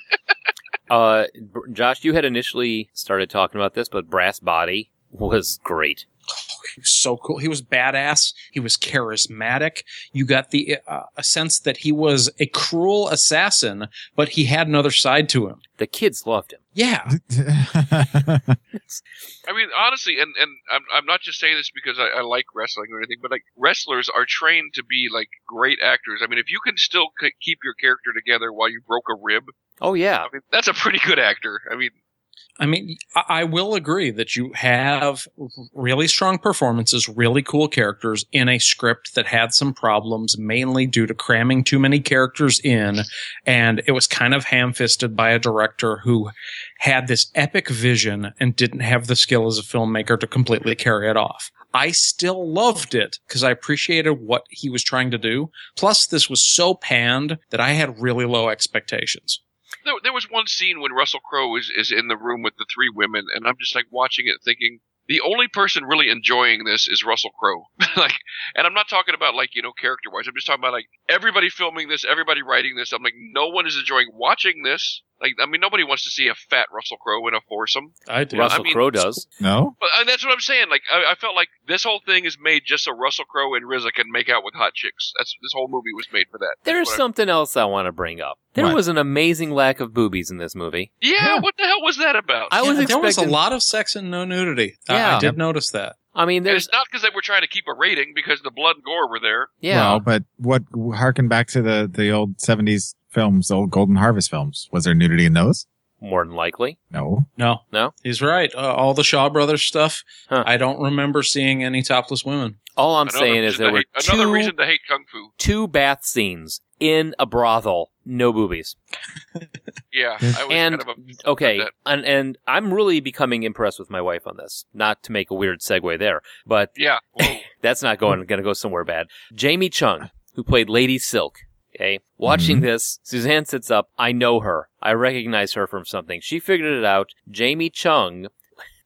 Uh, Br- Josh, you had initially started talking about this, but Brass Body was great. He was so cool. He was badass. He was charismatic. You got the uh, a sense that he was a cruel assassin, but he had another side to him. The kids loved him. Yeah, I mean, honestly, and and I'm I'm not just saying this because I, I like wrestling or anything, but like wrestlers are trained to be like great actors. I mean, if you can still c- keep your character together while you broke a rib, Oh yeah. I mean, that's a pretty good actor. I mean, I mean, I, I will agree that you have really strong performances, really cool characters in a script that had some problems, mainly due to cramming too many characters in, and it was kind of ham-fisted by a director who had this epic vision and didn't have the skill as a filmmaker to completely carry it off. I still loved it because I appreciated what he was trying to do. Plus, this was so panned that I had really low expectations. There, there was one scene when Russell Crowe is, is in the room with the three women, and I'm just like watching it, thinking the only person really enjoying this is Russell Crowe. like, and I'm not talking about like you know character wise. I'm just talking about like everybody filming this, everybody writing this. I'm like, no one is enjoying watching this. Like, I mean, nobody wants to see a fat Russell Crowe in a foursome. I do. Russell I mean, Crowe does. no, But and that's what I'm saying. Like, I, I felt like this whole thing is made just so Russell Crowe and RZA can make out with hot chicks. That's this whole movie was made for that. There's Whatever. something else I want to bring up. There What? was an amazing lack of boobies in this movie. yeah, What the hell was that about? I Yeah, was there expecting. was a lot of sex and no nudity. I- I, Yeah. did notice that. I mean, And there's it's not because they were trying to keep a rating because the blood and gore were there. yeah. Well, but what harken back to the the old seventies films, the old Golden Harvest films. Was there nudity in those? more than likely. No. No, No? he's right. Uh, all the Shaw Brothers stuff. Huh. I don't remember seeing any topless women. All I'm Another saying is reason there to were hate- another two, reason to hate kung fu. two bath scenes in a brothel, no boobies. Yeah, I was And- kind of upset about Okay, that. and and I'm really becoming impressed with my wife on this. Not to make a weird segue there, but Yeah, well, that's not going going to go somewhere bad. Jamie Chung, who played Lady Silk. Okay, watching this, Suzanne sits up. I know her. I recognize her from something. She figured it out. Jamie Chung.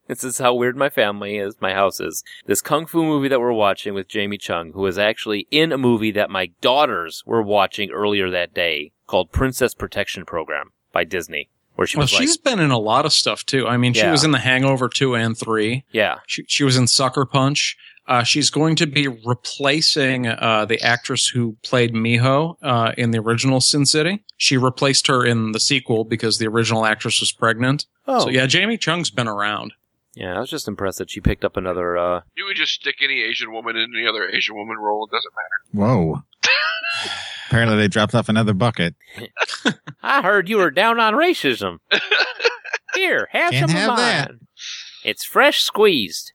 This is how weird my family is. My house is this kung fu movie that we're watching with Jamie Chung, who is actually in a movie that my daughters were watching earlier that day called Princess Protection Program by Disney, where Oh, she well, was like, she's been in a lot of stuff too. I mean, she Yeah. was in The Hangover two and three. yeah, She, she was in Sucker Punch. Uh, she's going to be replacing uh, the actress who played Miho uh, in the original Sin City. She replaced her in the sequel because the original actress was pregnant. oh So yeah, Jamie Chung's been around. yeah. I was just impressed that she picked up another. uh you would just stick any Asian woman in any other Asian woman role. It doesn't matter. Whoa. Apparently, they dropped off another bucket. I heard you were down on racism. Here, have Can't some have of mine. that. It's fresh squeezed.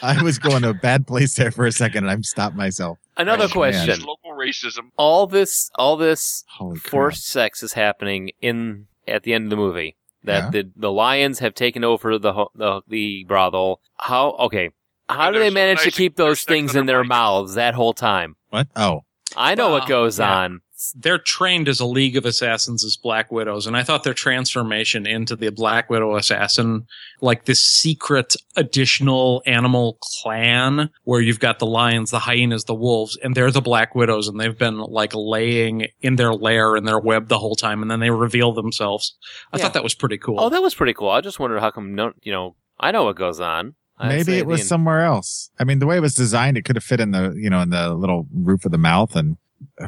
I was going to a bad place there for a second, and I stopped myself. Another Oh, question. man. Local racism. All this all this Holy crap. forced sex is happening in at the end of the movie. That Yeah. the the lions have taken over the ho- the, the brothel. How okay? How And do they there's manage to nice- keep those there's sex things in their underneath. mouths that whole time? What? Oh, I know what Well, goes yeah. on. They're trained as a League of Assassins as Black Widows, and I thought their transformation into the Black Widow assassin, like this secret additional animal clan where you've got the lions, the hyenas, the wolves, and they're the Black Widows, and they've been like laying in their lair in their web the whole time, and then they reveal themselves. I Yeah. thought that was pretty cool. Oh, that was pretty cool. I just wondered how come no, you know, I know what goes on. I'd maybe say it was the- somewhere else. I mean, the way it was designed, it could have fit in the you know in the little roof of the mouth, and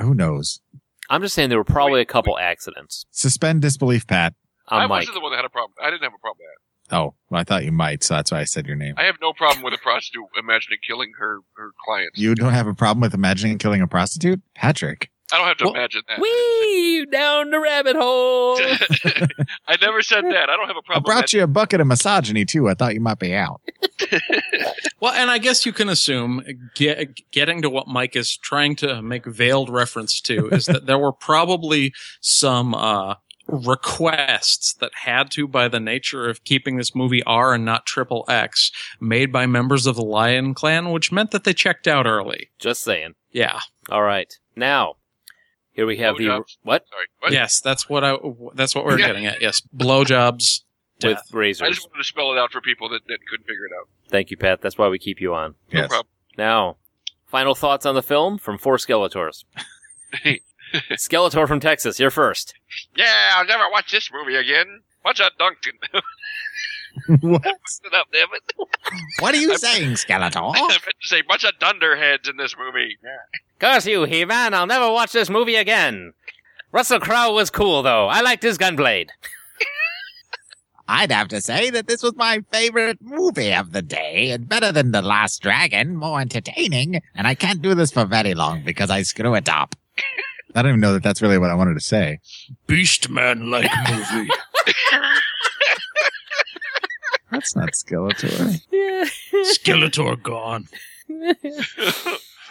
who knows? I'm just saying there were probably a couple accidents. Suspend disbelief, Pat. On I Mike. wasn't the one that had a problem. I didn't have a problem with Oh, well, I thought you might, so that's why I said your name. that. I have no problem with a prostitute imagining killing her, her clients. You don't have a problem with imagining killing a prostitute, Patrick? I don't have to Well, imagine that. Wee down the rabbit hole. I never said that. I don't have a I problem. brought you a bucket of misogyny too. I thought you might be out. Well, and I guess you can assume ge- getting to what Mike is trying to make veiled reference to is that there were probably some uh, requests that had to, by the nature of keeping this movie R and not triple X, made by members of the Lion Clan, which meant that they checked out early. just saying. Yeah. All right. Now, here we have the Blowjobs. what Sorry. What? Yes, that's what I. That's what we're Yeah. getting at. Yes, blowjobs. with Death. razors. I just wanted to spell it out for people that, that couldn't figure it out. Thank you, Pat. That's why we keep you on. No Yes. problem. Now, final thoughts on the film from four Skeletors. Skeletor from Texas, you're first. Yeah, I'll never watch this movie again. Watch out, Duncan. what? Messed it up, damn it. What are you saying, I Skeletor? meant to say bunch of dunderheads in this movie. Curse you, He-Man. I'll never watch this movie again. Russell Crowe was cool, though. I liked his gunblade. I'd have to say that this was my favorite movie of the day, and better than The Last Dragon, more entertaining. And I can't do this for very long because I screw it up. I don't even know that that's really what I wanted to say. Beastman like movie. That's not Skeletor. Skeletor gone.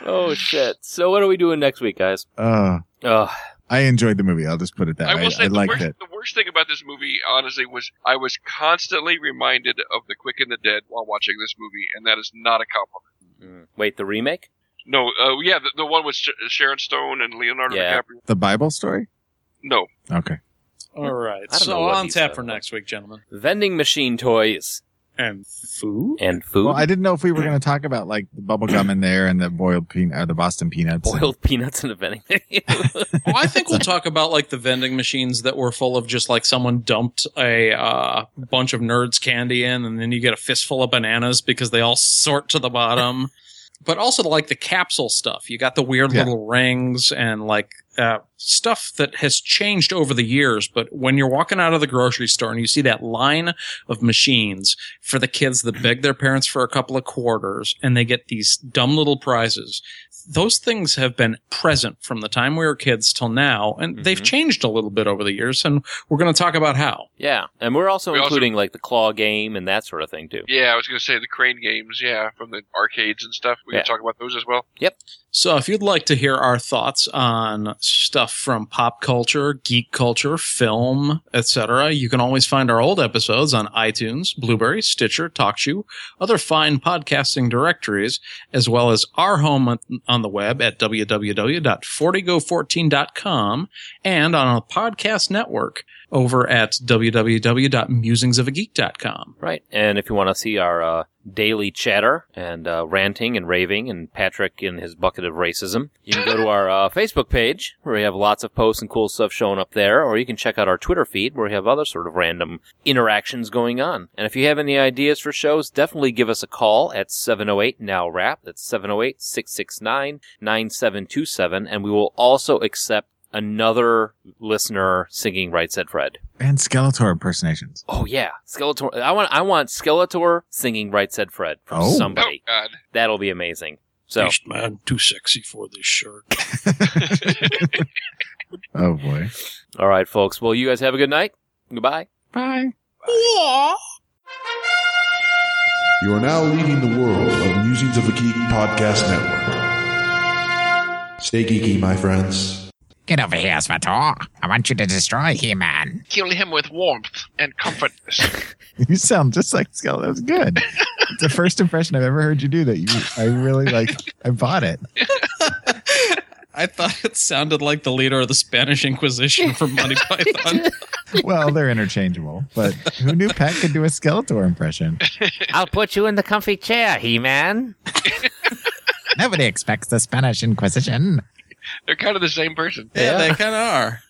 oh, shit. So what are we doing next week, guys? Uh, Ugh. I enjoyed the movie. I'll just put it that I way. will say I the, liked worst, it. the worst thing about this movie, honestly, was I was constantly reminded of The Quick and the Dead while watching this movie, and that is not a compliment. Mm. Wait, the remake? No, uh, yeah, the, the one with Sh- Sharon Stone and Leonardo Yeah. DiCaprio. The Bible story? No, Okay. All right. I don't know So what on he tap said. for next week, gentlemen. Vending machine toys And food. and food. Well, I didn't know if we were going to talk about like the bubble gum in there and the boiled peanut or the Boston peanuts. Boiled peanuts in a vending machine. well, I think we'll talk about like the vending machines that were full of just like someone dumped a uh, bunch of nerds candy in, and then you get a fistful of bananas because they all sort to the bottom. but also like the capsule stuff, you got the weird Yeah. little rings and like uh, stuff that has changed over the years. But when you're walking out of the grocery store and you see that line of machines for the kids that beg their parents for a couple of quarters and they get these dumb little prizes. Those things have been present from the time we were kids till now, and they've Mhm. changed a little bit over the years, and we're going to talk about how. yeah, and we're also We also- including like the claw game and that sort of thing too. yeah, I was going to say the crane games, yeah, from the arcades and stuff. We Yeah. can talk about those as well. So, if you'd like to hear our thoughts on stuff from pop culture, geek culture, film, etc., you can always find our old episodes on iTunes, Blueberry, Stitcher, TalkShoe, other fine podcasting directories, as well as our home on- on the web at www.40go14.com and on a podcast network over at www.musingsofageek.com. Right. And if you want to see our uh, daily chatter and uh, ranting and raving and Patrick in his bucket of racism, you can go to our uh, Facebook page where we have lots of posts and cool stuff showing up there, or you can check out our Twitter feed where we have other sort of random interactions going on. And if you have any ideas for shows, definitely give us a call at 708 Now Rap. That's 708 669 9727. And we will also accept another listener singing Right Said Fred. And Skeletor impersonations. Oh yeah, Skeletor. I want I want Skeletor singing "Right Said Fred" from Oh. Oh, somebody. God. That'll be amazing. So Beast man, too sexy for this shirt. Oh boy. all right, folks. Well, you guys have a good night. Goodbye. Bye. You are now leading the world of Musings of a Geek Podcast Network. Stay geeky, my friends. Get over here, Svator. I want you to destroy He-Man. Kill him with warmth and comfort. You sound just like Skeletor. That was good. it's the first impression I've ever heard you do that. You, I really like. I bought it. I thought it sounded like the leader of the Spanish Inquisition from Monty Python. Well, they're interchangeable, but who knew Pat could do a Skeletor impression? I'll put you in the comfy chair, He-Man. Nobody expects the Spanish Inquisition. They're kind of the same person. yeah, they kind of are.